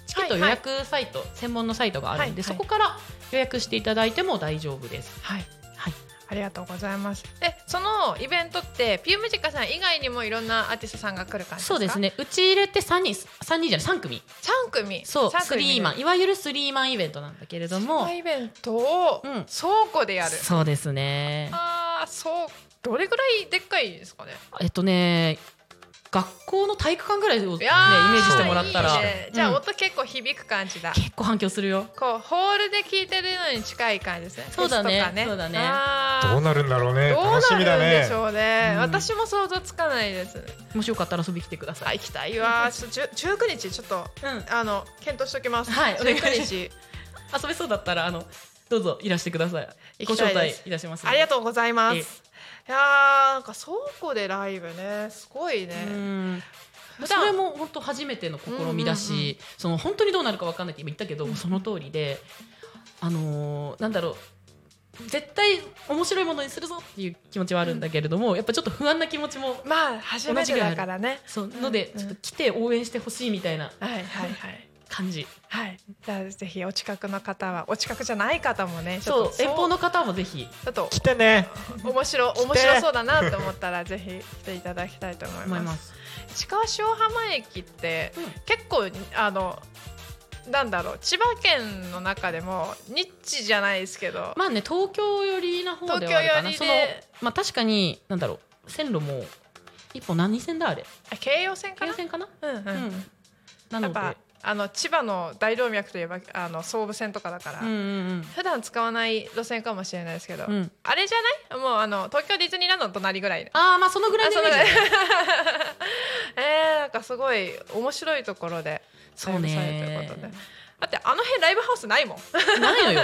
Speaker 3: チケット予約サイト、専門のサイトがあるん
Speaker 2: はいは
Speaker 3: で、
Speaker 2: い
Speaker 3: そこから予約していただいても大丈夫です。
Speaker 2: はい
Speaker 3: はい
Speaker 2: ありがとうございます。で、そのイベントってピュームジカさん以外にもいろんなアーティストさんが来る感じですか。
Speaker 3: そうです。ね。うち入れて3人、3人じゃない、3組。
Speaker 2: 三組。
Speaker 3: そう、
Speaker 2: 三
Speaker 3: ス
Speaker 2: 組
Speaker 3: リーマン、いわゆるスリーマンイベントなんだけれども
Speaker 2: サ。イイベントを
Speaker 3: うん
Speaker 2: 倉庫でやる。
Speaker 3: そうですね。
Speaker 2: ああ、そう。どれぐらいでっかいですかね。
Speaker 3: えっとね、学校の体育館ぐらいをね、イ
Speaker 2: い
Speaker 3: メ
Speaker 2: やー
Speaker 3: ージしてもらったら。
Speaker 2: いいねじゃ
Speaker 3: う
Speaker 2: あ
Speaker 3: ん
Speaker 2: 音結構響く感じだ。
Speaker 3: 結構反響するよ。
Speaker 2: こうホールで聞いてるのに近い感じですね。
Speaker 3: そうだね
Speaker 2: フェスとかね
Speaker 3: そうだね
Speaker 2: あー
Speaker 4: どうなるんだろうね。
Speaker 2: どう
Speaker 4: 楽しみだ
Speaker 2: なるんで
Speaker 4: ね
Speaker 2: し。ょうね。
Speaker 3: うん
Speaker 2: 私も想像つかないです。
Speaker 3: もしよかったら遊びに来てくだ
Speaker 2: あ
Speaker 3: さい。
Speaker 2: 行きたいわ。ちょっと19日ちょっと
Speaker 3: うん、
Speaker 2: あの検討しておきます。
Speaker 3: はいお願いします
Speaker 2: 19日
Speaker 3: 遊べそうだったら、あの、どうぞいらしてください。
Speaker 2: 行
Speaker 3: ご
Speaker 2: き
Speaker 3: 招
Speaker 2: たい
Speaker 3: 待
Speaker 2: です
Speaker 3: いたします。
Speaker 2: ありがとうございま
Speaker 3: ええ
Speaker 2: す。いやーなんか倉庫でライブねすごいね。
Speaker 3: うん
Speaker 2: 普
Speaker 3: そ
Speaker 2: 段
Speaker 3: れも本当初めての試みだ
Speaker 2: う
Speaker 3: し、
Speaker 2: んうんう
Speaker 3: その本当にどうなるかわかんないって今言ったけど、その通りで、あのーなんだろう絶対面白いものにするぞっていう気持ちはあるんだけれども、やっぱちょっと不安な気持ちも
Speaker 2: まあ初めてだからね。
Speaker 3: そうので、
Speaker 2: うん
Speaker 3: ちょっと来て応援してほしいみたいな
Speaker 2: はいはい はい。
Speaker 3: 感じ
Speaker 2: はい、じゃあぜひお近くの方はお近くじゃない方もねちょ
Speaker 3: そ
Speaker 2: っ
Speaker 3: う
Speaker 2: と
Speaker 3: 遠方
Speaker 2: の
Speaker 3: の方もぜひ
Speaker 2: ちょっと
Speaker 4: 来てね。
Speaker 2: 面白面白そうだなと思ったらぜひ来ていただきたいと思い
Speaker 3: 思い
Speaker 2: ま。
Speaker 3: ます す
Speaker 2: 市川塩浜駅って、
Speaker 3: うん
Speaker 2: 結構あのなんだろう千葉県の中でもニッチじゃないですけど、
Speaker 3: まあね東京寄りな方ではあるかな
Speaker 2: 東
Speaker 3: そ
Speaker 2: 京
Speaker 3: の
Speaker 2: 寄りで
Speaker 3: まあ確かになんだろう線路も一本何線だあれ
Speaker 2: あ京葉線か
Speaker 3: 京
Speaker 2: な
Speaker 3: 葉線かな
Speaker 2: うんうん
Speaker 3: うん、
Speaker 2: や
Speaker 3: なの
Speaker 2: っ
Speaker 3: で
Speaker 2: ぱあの千葉の大動脈といえばあの総武線とかだから、
Speaker 3: うんうん
Speaker 2: 普段使わない路線かもしれないですけど、
Speaker 3: うんうん
Speaker 2: あれじゃないもうあの東京ディズニーランドの隣ぐらいの。
Speaker 3: ああまあそのぐらいのイメージだね
Speaker 2: えー、なんかすごい面白いところで
Speaker 3: そう
Speaker 2: ライブされてる
Speaker 3: ね
Speaker 2: ことでだってあの辺ライブハウスないもん
Speaker 3: ないのよ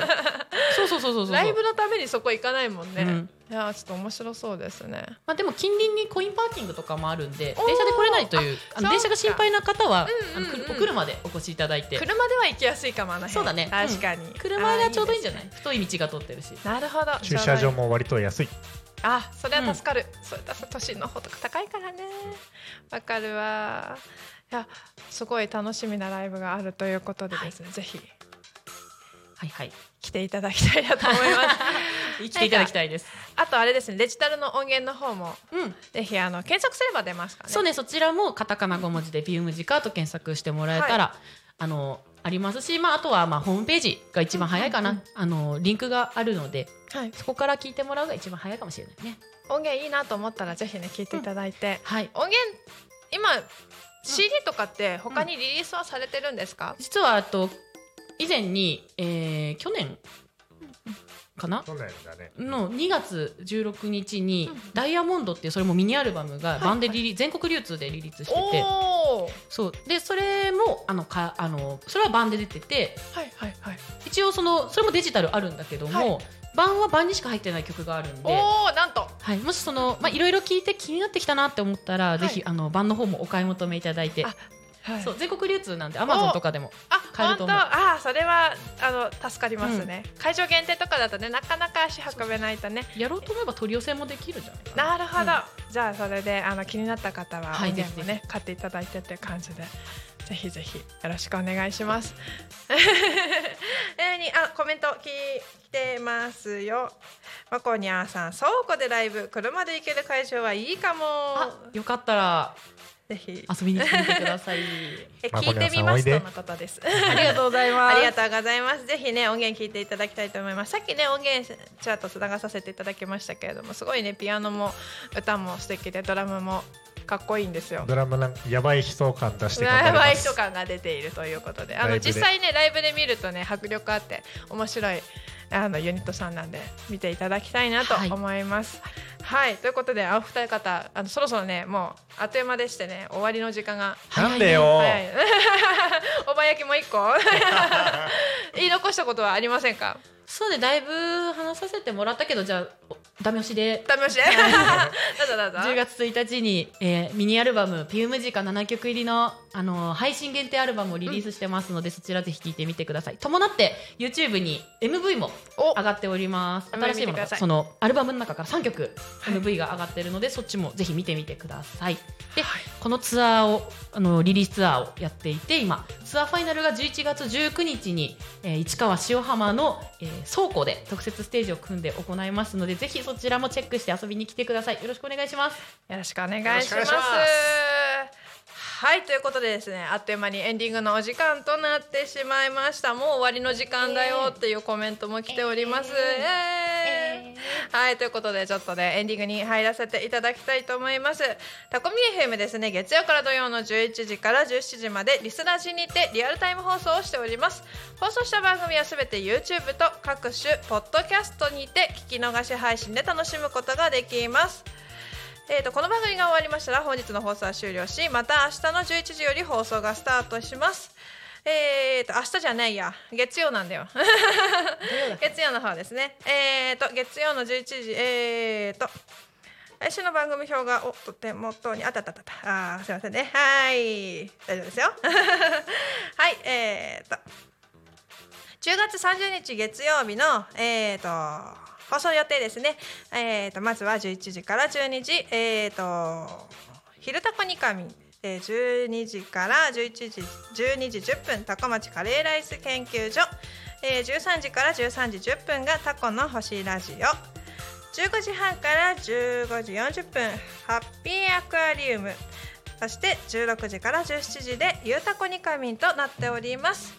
Speaker 3: そうそうそうそうそう
Speaker 2: ライブのためにそこ行かないもんね、
Speaker 3: うん
Speaker 2: いやーちょっと面白そうですね
Speaker 3: まあ、でも近隣にコインパーキングとかもあるんで電
Speaker 2: おー
Speaker 3: 車で来れないという
Speaker 2: そ
Speaker 3: あ
Speaker 2: うか
Speaker 3: の電車が心配な方は、
Speaker 2: うんうんうん
Speaker 3: あのくるお車でお越しいただいて
Speaker 2: 車では行きやすいかもあの辺
Speaker 3: そうだね
Speaker 2: 確かに、
Speaker 3: 車がちょうどいいんじゃない
Speaker 2: あー
Speaker 3: 太い道が通ってるし
Speaker 2: ですねなるほど
Speaker 4: 駐車場
Speaker 2: ちょうどいい
Speaker 4: も割と安い。
Speaker 2: あそれは助かる、それだと都心の方とか高いからねわかるわいやすごい楽しみなライブがあるということでですね、ぜひ
Speaker 3: はいはい
Speaker 2: 来ていただきたいなと思います
Speaker 3: 生きていただきたいです
Speaker 2: あとあれですねデジタルの音源の方も
Speaker 3: うん
Speaker 2: ぜひあの検索すれば出ますからね
Speaker 3: そうねそちらもカタカナ5文字で「ビュームジカ」と検索してもらえたら、あのありますし、まあ、あとはまあホームページが一番早いかな、
Speaker 2: うんうん
Speaker 3: あのリンクがあるので
Speaker 2: はい、
Speaker 3: そこから聞いてもらうが一番早いかもしれないね。
Speaker 2: 音源いいなと思ったらぜひね聞いていただいて、
Speaker 3: はい
Speaker 2: 音源今 CD とかって他にリリースはされてるんですか、
Speaker 3: 実はあと以前に、えー去年かな
Speaker 4: 去年だね。
Speaker 3: の2月16日に「ダイヤモンド」っていうそれもミニアルバムが
Speaker 2: い
Speaker 3: バンでリリ全国流通でリリースしてて、
Speaker 2: おお
Speaker 3: そうでそれもあのかあのそれはバンで出てて
Speaker 2: はいはいはい
Speaker 3: 一応そのそれもデジタルあるんだけども、
Speaker 2: は
Speaker 3: バンはバンにしか入ってない曲があるんで。
Speaker 2: おおなんと
Speaker 3: はい、もしその、まあ、いろいろ聞いて気になってきたなって思ったら、
Speaker 2: い
Speaker 3: ぜひあの版の方もお買い求めいただいて
Speaker 2: あはい
Speaker 3: そう全国流通なんでアマゾンとかでも
Speaker 2: あ、
Speaker 3: 買える
Speaker 2: 本
Speaker 3: と
Speaker 2: 当。
Speaker 3: 思う
Speaker 2: あー、それはあの助かりますね、会場限定とかだとね、なかなか足運べないとね。
Speaker 3: やろうと思えば取り寄せもできるじゃないかな
Speaker 2: なるほど。じゃあそれであの気になった方は、
Speaker 3: は
Speaker 2: お
Speaker 3: い
Speaker 2: い、も
Speaker 3: ぜ
Speaker 2: ね買っていただいてっていう感じで。ぜひぜひよろしくお願いし ます。えーにあコメント聞いてますよ。マコニャーさん倉庫でライブ車で行ける会場はいいか
Speaker 3: あ
Speaker 2: も。
Speaker 3: よかったら
Speaker 2: ぜひ
Speaker 3: 遊びに来てみてく ださい
Speaker 2: え
Speaker 4: マ
Speaker 2: 聞
Speaker 4: コ
Speaker 2: い
Speaker 4: ニャ
Speaker 2: て
Speaker 4: ーさ
Speaker 2: み
Speaker 4: んお
Speaker 2: ま
Speaker 4: い
Speaker 2: す
Speaker 4: で
Speaker 2: とのことです。
Speaker 3: ありがとうございます
Speaker 2: ありがとうございます。ぜひね音源聞いていただきたいと思います。さっきね音源チャートつながさせていただきましたけれども、すごいねピアノも歌も素敵でドラムもかっこいいんですよ。
Speaker 4: ドラマなんかやばい人感出して頑張
Speaker 2: や
Speaker 4: ります。
Speaker 2: ばい人感が出ているということで、あ
Speaker 4: ラ
Speaker 2: の
Speaker 4: イブで
Speaker 2: 実際ねライブで見るとね迫力あって面白いあのユニットさんなんで見ていただきたいなと
Speaker 3: はい
Speaker 2: 思います。はい、ということであお二方あのそろそろねもうあっという間でしてね終わりの時間が
Speaker 4: なんでよ。
Speaker 2: はい、 おば焼きも一個言い残したことはありませんか
Speaker 3: そうでだいぶ話させてもらったけどじゃあおダメ押し で
Speaker 2: ダメ押しどうぞどうぞ
Speaker 3: 10月1日に、えーミニアルバム「ピウムジカ7曲入りの」あのー配信限定アルバムをリリースしてますので、そちらぜひ聴いてみてください伴って YouTube に MV も
Speaker 2: お
Speaker 3: 上がっております
Speaker 2: お
Speaker 3: 新し
Speaker 2: 見て
Speaker 3: いもの
Speaker 2: くだ
Speaker 3: が
Speaker 2: さい
Speaker 3: そのアルバムの中から3曲 MV が上がってるので、そっちもぜひ見てみてくださいで、このツアーをあのリリースツアーをやっていて今ツアーファイナルが11月19日に、えー市川塩浜の、えー倉庫で特設ステージを組んで行いますのでぜひそちらもチェックして遊びに来てくださいよろしくお願いします
Speaker 2: よろしくお願いします
Speaker 1: よろしくお願いします
Speaker 2: はいということでですねあっという間にエンディングのお時間となってしまいましたもう終わりの時間だよっていうコメントも来ております、えーはいということでちょっとねエンディングに入らせていただきたいと思いますタコミ FM ですね月曜から土曜の11時から17時までリスラジにてリアルタイム放送をしております放送した番組はすべて YouTube と各種ポッドキャストにて聞き逃し配信で楽しむことができますえー、とこの番組が終わりましたら本日の放送は終了しまた明日の11時より放送がスタートしますえー、と明日じゃないや月曜なんだよ月曜の方ですねえー、と月曜の11時えー、と来週の番組表がおとてもとにあったあったあったあーすいませんねはい大丈夫ですよ はいえー、と10月30日月曜日の、えー、と放送予定ですね、えー、とまずは11時から12時、えー、と昼タコニカミえー12時から11時12時10分タコ町カレーライス研究所、えー、13時から13時10分がタコの星ラジオ15時半から15時40分ハッピーアクアリウムそして16時から17時でゆうたこにかみんとなっております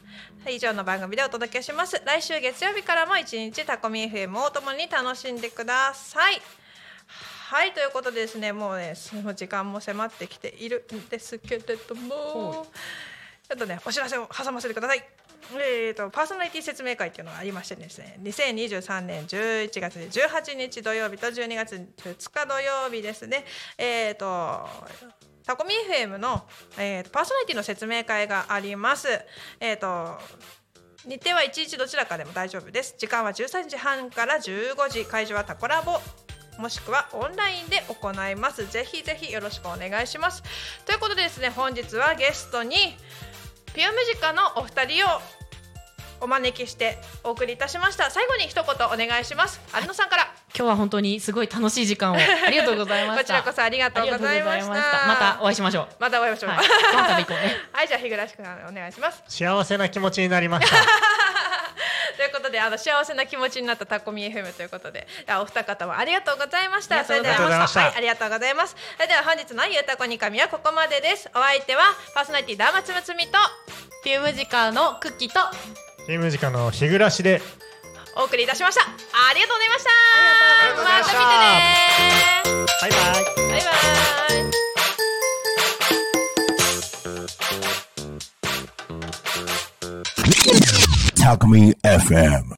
Speaker 2: 以上の番組でお届けします来週月曜日からも一日タコミ FM を共に楽しんでくださいはいということでですねもうねその時間も迫ってきているんですけれどもちょっとねお知らせを挟ませてくださいえー、とパーソナリティ説明会っていうのがありましてですね2023年11月18日土曜日と12月2日土曜日ですねえー、とタコミ FM の、えーとパーソナリティの説明会がありますえー、と日程は1日どちらかでも大丈夫です時間は13時半から15時会場はタコラボもしくはオンラインで行いますぜひぜひよろしくお願いしますということでですね本日はゲストにピュアムジカのお二人をお招きしてお送りいたしました最後に一言お願いします有野さんから
Speaker 3: 今日は本当にすごい楽しい時間を ありがとうございました。
Speaker 2: こちらこそありがとうございました
Speaker 3: ありがとうございましたまたお会いしましょう。
Speaker 2: またお会いしましょう、は
Speaker 3: は
Speaker 2: いい、、
Speaker 3: ご飯食べ行こう ね。
Speaker 2: じゃあ日暮君お願いします
Speaker 1: 幸せな気持ちになりま した。
Speaker 2: ということであの幸せな気持ちになったタコミ FM ということであお二方もありがとうございました
Speaker 3: ありがとうござい
Speaker 1: ました
Speaker 2: はい、ありがとうございますそれでは本日のゆうたこにかみはここまでですお相手はパーソナリティダーマつむつみと
Speaker 3: ピウムジカのクッキーと
Speaker 1: ゲーム時間の日暮らしで。
Speaker 2: お送りいたしましたありがとうございまし
Speaker 1: あ
Speaker 2: た
Speaker 1: りがとうございましたバイバイ。
Speaker 2: また見てねバイバイ
Speaker 7: タクミ FM